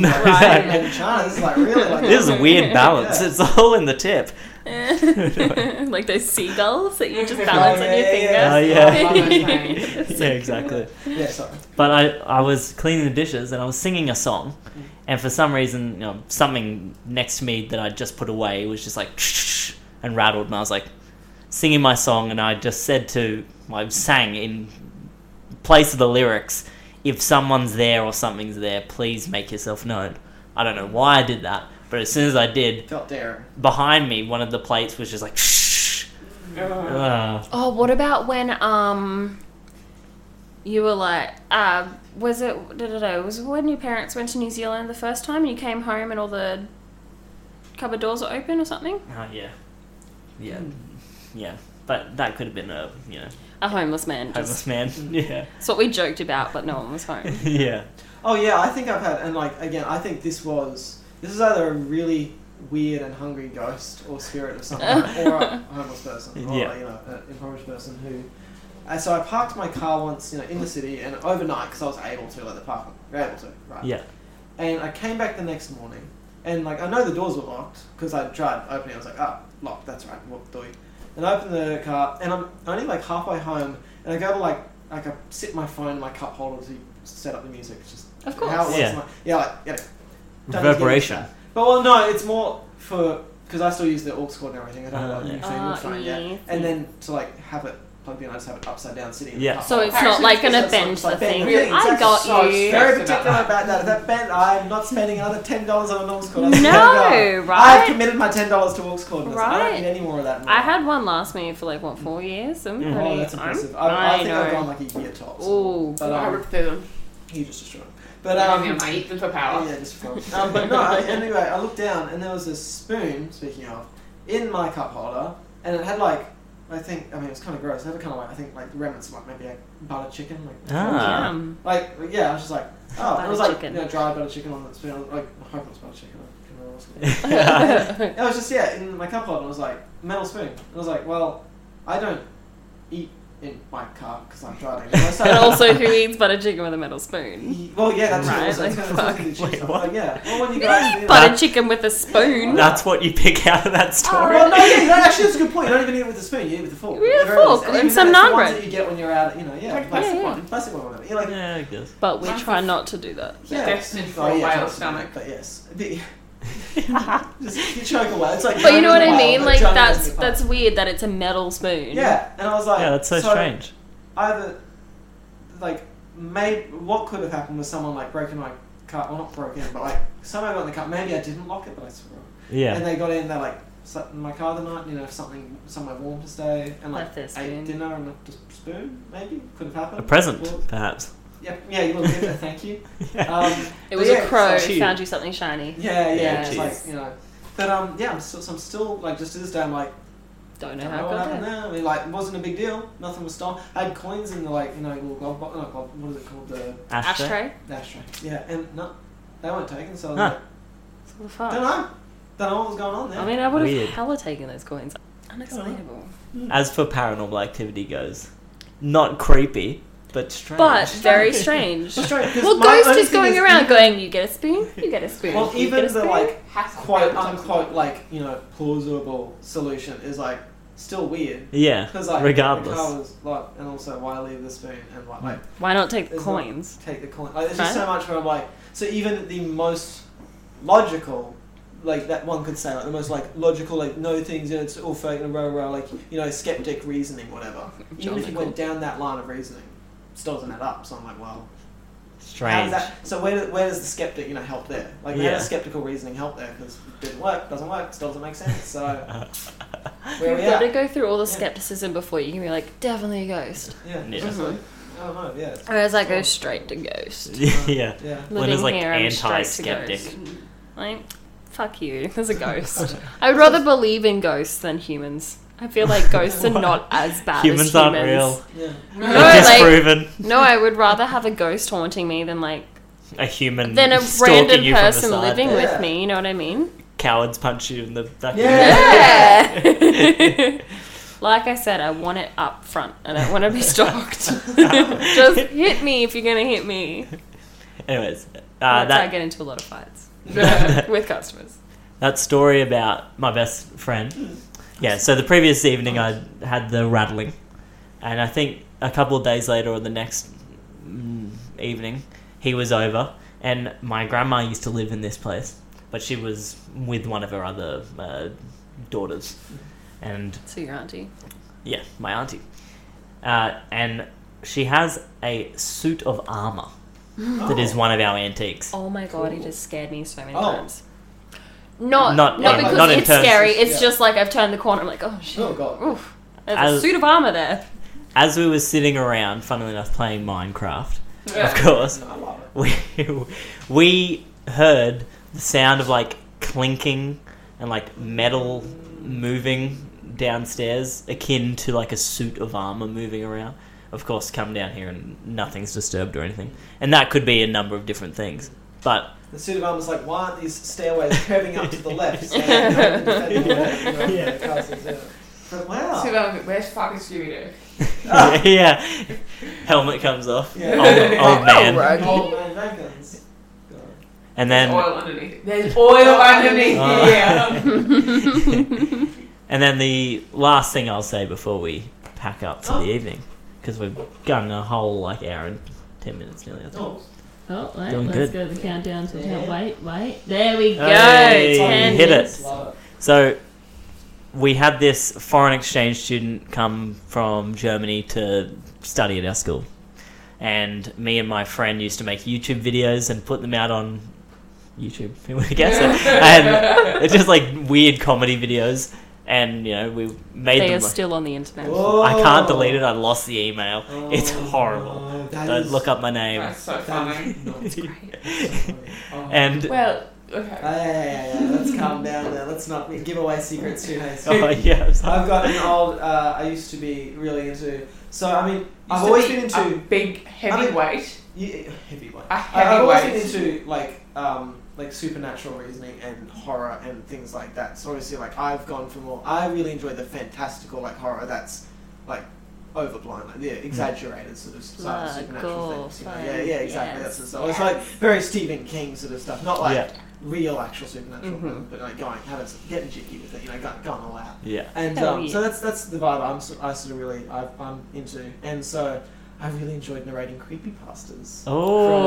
No, like, right. and China. This is like really like This is a weird balance. It's all in the tip. like those seagulls that you just balance on your yeah. fingers. yeah. yeah. Oh, yeah, exactly. Yeah, sorry. But I, I was cleaning the dishes and I was singing a song, and for some reason, you know, something next to me that I just put away was just like and rattled, and I was like singing my song, and I just said to I sang in place of the lyrics, if someone's there or something's there, please make yourself known. I don't know why I did that, but as soon as I did, Felt daring. behind me, one of the plates was just like. uh, Ugh. Oh, what about when um you were like uh was it da, da, da, was it when your parents went to New Zealand the first time and you came home and all the cupboard doors were open or something? Oh yeah, yeah, yeah. But that could have been a you know A homeless man. Just, homeless man. yeah, it's what we joked about, but no one was home. yeah. Oh yeah, I think I've had and like again, I think this was this is either a really weird and hungry ghost or spirit of something or a homeless person or Yeah. you know an impoverished person who. And so I parked my car once, you know, in the city and overnight because I was able to, like the park, were able to, right? Yeah. And I came back the next morning, and like I know the doors were locked because I tried opening. I was like, ah, locked. That's right. What do we? And I opened the car, and I'm only like halfway home, and I go to like like I sit my phone in my cup holder to set up the music. It's just Of course. how it works. Yeah. Yeah, my, yeah, like, yeah. Don't need to get Reverberation. into that. But well, no, it's more for because I still use the aux cord and everything. I don't Ah, know yeah. what yeah. Ah, would phone yeah. yet. And then to like have it plugged in, I just have it upside down sitting. In Yeah. the cup So holder. it's not like an It's avenge like the thing. bend the thing, I So exactly. got you. it's Very Yes, particular about about that. If that bent, I'm not spending another ten dollars on an aux cord. No, I'm just gonna go. right? I've committed my ten dollars to aux cordness. I Right. don't need any more of that. I had one last me for like what four years. I'm Yeah. pretty. Oh, that's I'm- impressive. I, I think know. I've gone like a year tops. Ooh, but I um, ripped through them. he just destroyed. it. But I um, mean, I eat them for power. yeah, just for um, but no. I, anyway, I looked down and there was a spoon. Speaking of, in my cup holder, and it had like. I think I mean it was kind of gross. It had kind of like I think like remnants of like maybe like butter chicken like Ah. Yum. Like, yeah, I was just like, oh, it Butter was like, chicken. you know, dry butter chicken on the spoon. I was like, I hope it was butter chicken. I can't remember what it was. I was just, yeah, in my cup holder, and I was like, metal spoon. And I was like, well, I don't eat in my car because I'm driving. And I started- and also, who eats butter chicken with a metal spoon? well, yeah, that's Right, also- like, that's fuck. also the cheese. Wait, I'm what? Like, yeah. Well, when you You go out don't to eat dinner- butter chicken with a spoon. That's what you pick out of that Oh, story. well, no, yeah, no, actually, that's a good point. You don't even eat it with a spoon. You eat it with a fork. You eat a Very nice. fork even and some that's the naan ones bread. that you get when you're out, you know, yeah, Like plastic yeah, one, plastic one, whatever. You're like, Yeah, I guess. But we try not to do that. Yeah. Destined for Oh, a yeah, whale's totally, stomach. But yes. The- just you choke away. It's like But you know what drowning I whale, mean? but Like drowning that's in your that's cup. weird that it's a metal spoon. Yeah, and I was like, Yeah, that's so, strange. Either like maybe what could have happened was someone like broken my cup, well not broken, but like someone got in the cup. Maybe I didn't lock it, but I swore. Yeah. And they got in, they like slept in my car the night, you know, something somewhere warm to stay, and like Left their spoon. ate dinner and left a spoon. Maybe could have happened. A present, Well, perhaps. yeah, yeah, you look good. Thank you. Yeah. Um, It but was yeah, a crow. so- cheap. Found you something shiny. Yeah, Yeah, yeah, it's like cheese. you know. But um, yeah, I'm still, so I'm still like just to this day, I'm like, Don't I know don't how know it what got happened there. there. I mean, like, it wasn't a big deal. Nothing was stolen. I had coins in the like, you know, little glove box. No, glove, what is it called? The Ashtray. Ashtray. ashtray. Yeah, and no, they weren't taken. So I was Huh. like, What the fuck? don't know, don't know what was going on there. I mean, I would Weird. have hella taken those coins. Unexplainable. As for paranormal activity goes, not creepy, but strange. But very strange. It's strange, 'cause well, my Ghost only is thing going is around even- going, you get a spoon, you get a spoon. Well, you get a even the spoon. like Has to quote be something. unquote like you know plausible solution is like still weird yeah, because like regardless. the car was like, and also why leave the spoon and like, like Why not take the There's coins? take the coin. Like, there's just Right. so much where I'm like, so even the most logical, like that one could say, like the most like logical, like no things, you know, it's all fake and rah rah, rah, like you know, skeptic reasoning, whatever. Even if you Logical. went down that line of reasoning, it still doesn't add up. So I'm like, well, how does strange. that? So where, do- where does the skeptic, you know, help there? Like, how Yeah. does skeptical reasoning help there? Because it didn't work, doesn't work, still doesn't make sense. So where are You've we got to at? go through all the Yeah. skepticism before you can be like, definitely a ghost. Yeah. Yeah. honestly. I don't know. Yeah. it's- Whereas I go straight to ghost. yeah. Yeah. When it's, Living like, here, I'm straight to anti-skeptic. ghost. Like, fuck you. There's a ghost. I would rather believe in ghosts than humans. I feel like ghosts are not as bad as humans humans. aren't real. Yeah. No, They're like, disproven. no, I would rather have a ghost haunting me than like a human than a Mm, stalking random you person from the side. living with Yeah. me. You know what I mean? Cowards punch you in the back. Yeah. Yeah. like I said, I want it up front. I don't want to be stalked. Just hit me if you're gonna hit me. Anyways, uh, That's how I that get into a lot of fights Yeah. with customers. that story about my best friend. Yeah, so the previous evening I had the rattling, and I think a couple of days later or the next mm, evening, he was over, and my grandma used to live in this place, but she was with one of her other uh, daughters, and So your auntie. yeah, my auntie, uh, and she has a suit of armor that is one of our antiques. Oh my god, he just scared me so many Oh. times. Not Not- not, yeah, because not in it's terms- scary. It's yeah. just like I've turned the corner. I'm like, oh shit. Oh god. Oof. There's a As- suit of armor there. As we were sitting around, funnily enough, playing Minecraft, Yeah. of course, No, I love it. we we heard the sound of like clinking and like metal moving downstairs, akin to like a suit of armor moving around. Of course, come down here and nothing's disturbed or anything. And that could be a number of different things. But The suit of armor's like, why aren't these stairways curving up to the left? So that no one can defend the left, you know, Yeah. the castles, yeah. But wow. So, um, where's fucking Scooby-Doo? Ah. yeah, helmet comes off. Yeah. Old, old man. An Alrighty. Old man Rankins. God. And then There's oil underneath. There's oil underneath Oh. here. And then the last thing I'll say before we pack up for Oh. the evening, because we've gone a whole like hour and ten minutes nearly. I think. Oh, Oh, wait, Doing let's good. go to the countdown. So we can't- Yeah. Wait, wait. There we go. Hey, Ten hit it. minutes. love So we had this foreign exchange student come from Germany to study at our school, and me and my friend used to make YouTube videos and put them out on YouTube. Who would have guessed it? And it's just like weird comedy videos, and you know we made They them. are like- still on the it. internet. Whoa. I can't delete it. I lost the email. It's Oh, horrible. that Don't is- look up my name. That's so that is funny. not It's good. great. Oh. And Well, okay. Ah, yeah, yeah, yeah, yeah. Let's calm down now. Let's not give away secrets too hastily. oh yeah, I'm sorry. I've got an old. Uh, I used to be really into. So I mean, I've Used to always be um, been a into. big heavyweight. You, heavyweight. A I've always been heavyweight. into like um, like supernatural reasoning and horror and things like that. So obviously, like I've gone for more. I really enjoy the fantastical like horror that's like overblown, like the exaggerated sort of side of Blood, supernatural Ah, gore, things. You know? fire, Yeah, yeah, exactly. yes, That's the stuff. It's like very Stephen King sort of stuff, not like Yeah. real actual supernatural, Mhm. but like going having some- getting jiggy with it. You know, going, going all out. yeah. And Hell um, yeah. so that's that's the vibe I'm s- I sort of really i I'm into, and so I really enjoyed narrating creepy pastas.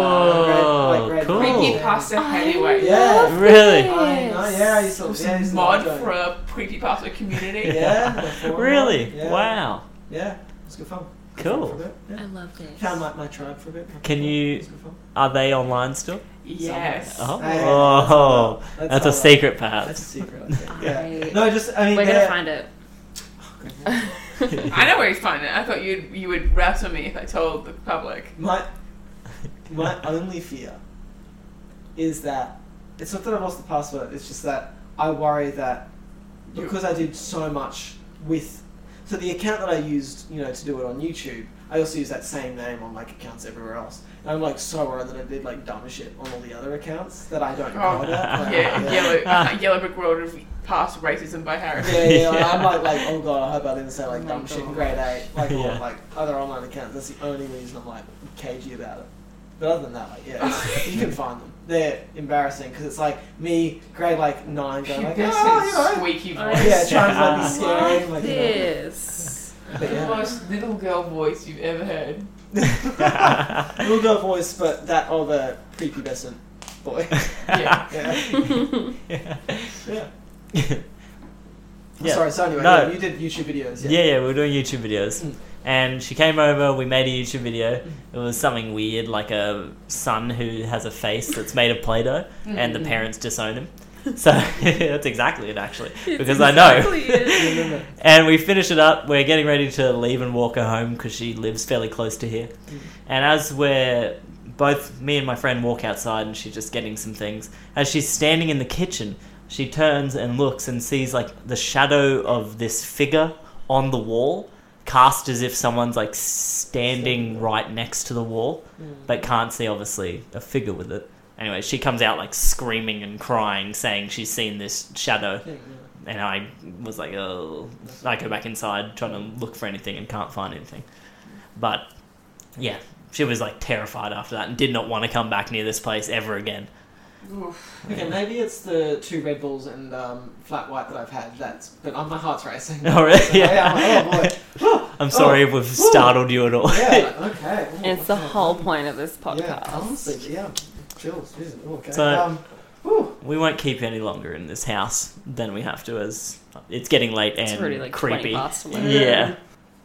Oh, Red- like Red cool. Red- Creepy Red- pasta I heavyweight. Yeah. love Really? this. I know, Oh, yeah, I used to, yeah, I used Some to mod enjoy it. for a creepypasta community. yeah, the forum mod, Really? yeah, Wow. Yeah, it was good fun. Good fun Cool. for a bit, yeah. I love this. Found my, my tribe for a bit. Can It you- was good fun. Are they online still? Yes. Oh, Hey, that's all oh. that- that's all a that. secret, That's a perhaps. secret. I think, I- Yeah. No, just I mean, We're gonna they're- find it. I know where he's finding it. I thought you'd you would rattle me if I told the public. My my only fear is that it's not that I've lost the password. It's just that I worry that You- because I did so much with so the account that I used, you know, to do it on YouTube, I also use that same name on like accounts everywhere else. And I'm like so worried that I did like dumb shit on all the other accounts that I don't know Oh, about. Like, Yeah, yeah. yellow Ah. uh, yellow brick road of past racism by Harris. Yeah, yeah, like, Yeah. I'm like, like, oh god, I hope I didn't say like Oh my dumb shit in God. grade eight, like Yeah. or, like other online accounts. That's the only reason I'm like cagey about it. But other than that, like, yeah, it's- you can find them. They're embarrassing because it's like me, grade like nine, going like, This oh, is you know, squeaky I voice. yeah, trying to like be scary, love and, like, you know. this. but, The yeah. most little girl voice you've ever heard. Little girl voice, but that other prepubescent boy. Yeah. Yeah, yeah. Yeah. Sorry, so anyway, No. yeah, you did YouTube videos. Yeah, yeah, we were doing YouTube videos. Mm. And she came over, we made a YouTube video. It was something weird, like a son who has a face that's made of Play Doh, Mm. and the parents disown him. So that's exactly it, actually, because I know. Remember? and we finish it up. We're getting ready to leave and walk her home because she lives fairly close to here. And as we're both, me and my friend walk outside and she's just getting some things. As she's standing in the kitchen, she turns and looks and sees like the shadow of this figure on the wall, cast as if someone's like standing right next to the wall, but can't see obviously a figure with it. Anyway, she comes out like screaming and crying, saying she's seen this shadow Yeah, yeah. and I was like, oh, I go back inside trying to look for anything and can't find anything. But yeah, she was like terrified after that and did not want to come back near this place ever again. Oof. Okay, maybe it's the two Red Bulls and um, flat white that I've had. That's but um, my heart's racing. Oh, really? So, yeah, I'm like, oh boy. I'm sorry if we've startled you at all. Oh, yeah. Okay. Oh, It's the okay. whole point of this Yeah. podcast. Honestly, yeah. Chills. Jesus. Oh, Okay. So- um, whew. we won't keep you any longer in this house than we have to, as it's getting late and It's already like 20 creepy. past eleven. Yeah.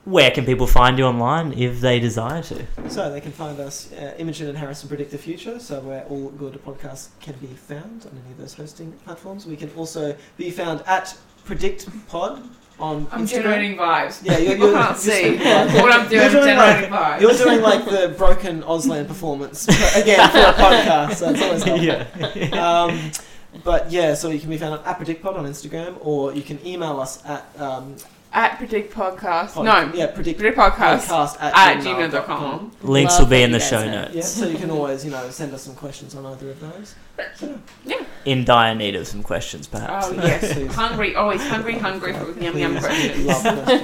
Where can people find you online if they desire to? so they can find us, uh, Imogen and Harrison predict the future. So where all good podcasts can be found on any of those hosting platforms. We can also be found at Predict Pod on I'm Instagram. generating vibes. Yeah, you're- People you're- can't you're see saying- what I'm doing. You're I'm doing generating You're vibes. doing like the broken Auslan performance again for a podcast, so it's always helpful. Um, but yeah, so you can be found on at PredictPod on Instagram, or you can email us at um, At Predict Podcast. pod- no. Oh, yeah, predict Predict Podcast. podcast at, at gmail dot gmail.com. com. Links Love will be that in you the guys show know. notes. Yeah, so you can always you know send us some questions on either of those. In dire need of some questions, perhaps. Oh, Please. yes. hungry, always hungry, hungry for yum yum Please. questions. Love questions.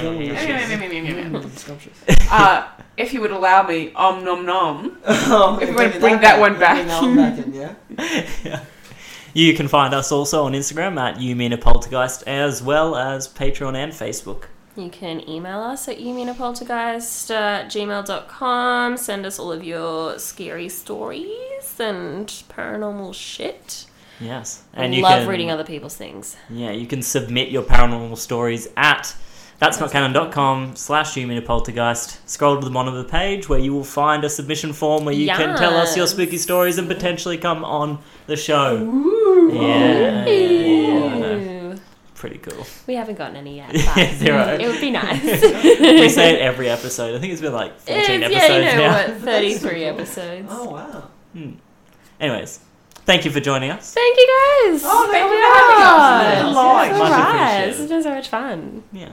Delicious. Mm. Mm, scrumptious. uh, if you would allow me, om nom nom. Oh, If you we're wanna bringing bring that one back, we're bringing that one back in, yeah. Yeah. You can find us also on Instagram at You Mean a Poltergeist, as well as Patreon and Facebook. You can email us at youmeanapoltergeist at gmail.com. Send us all of your scary stories and paranormal shit. Yes, I and you love can, reading other people's things. Yeah, you can submit your paranormal stories at that's not canon.com slash human poltergeist. Scroll to the bottom of the page where you will find a submission form where you can tell us your Yes. spooky stories and potentially come on the show. Yeah. Yeah, I know. Ooh. Pretty cool. We haven't gotten any yet. Yeah, But zero. It would be nice. We say it every episode. I think it's been like 14 It's- episodes yeah, you know now. what? 33 episodes. Oh wow. Anyways, thank you for joining us. Thank you guys. Oh, thank you my for having God. Yes, us. Like, much all right. appreciated. This has been so much fun. Yeah.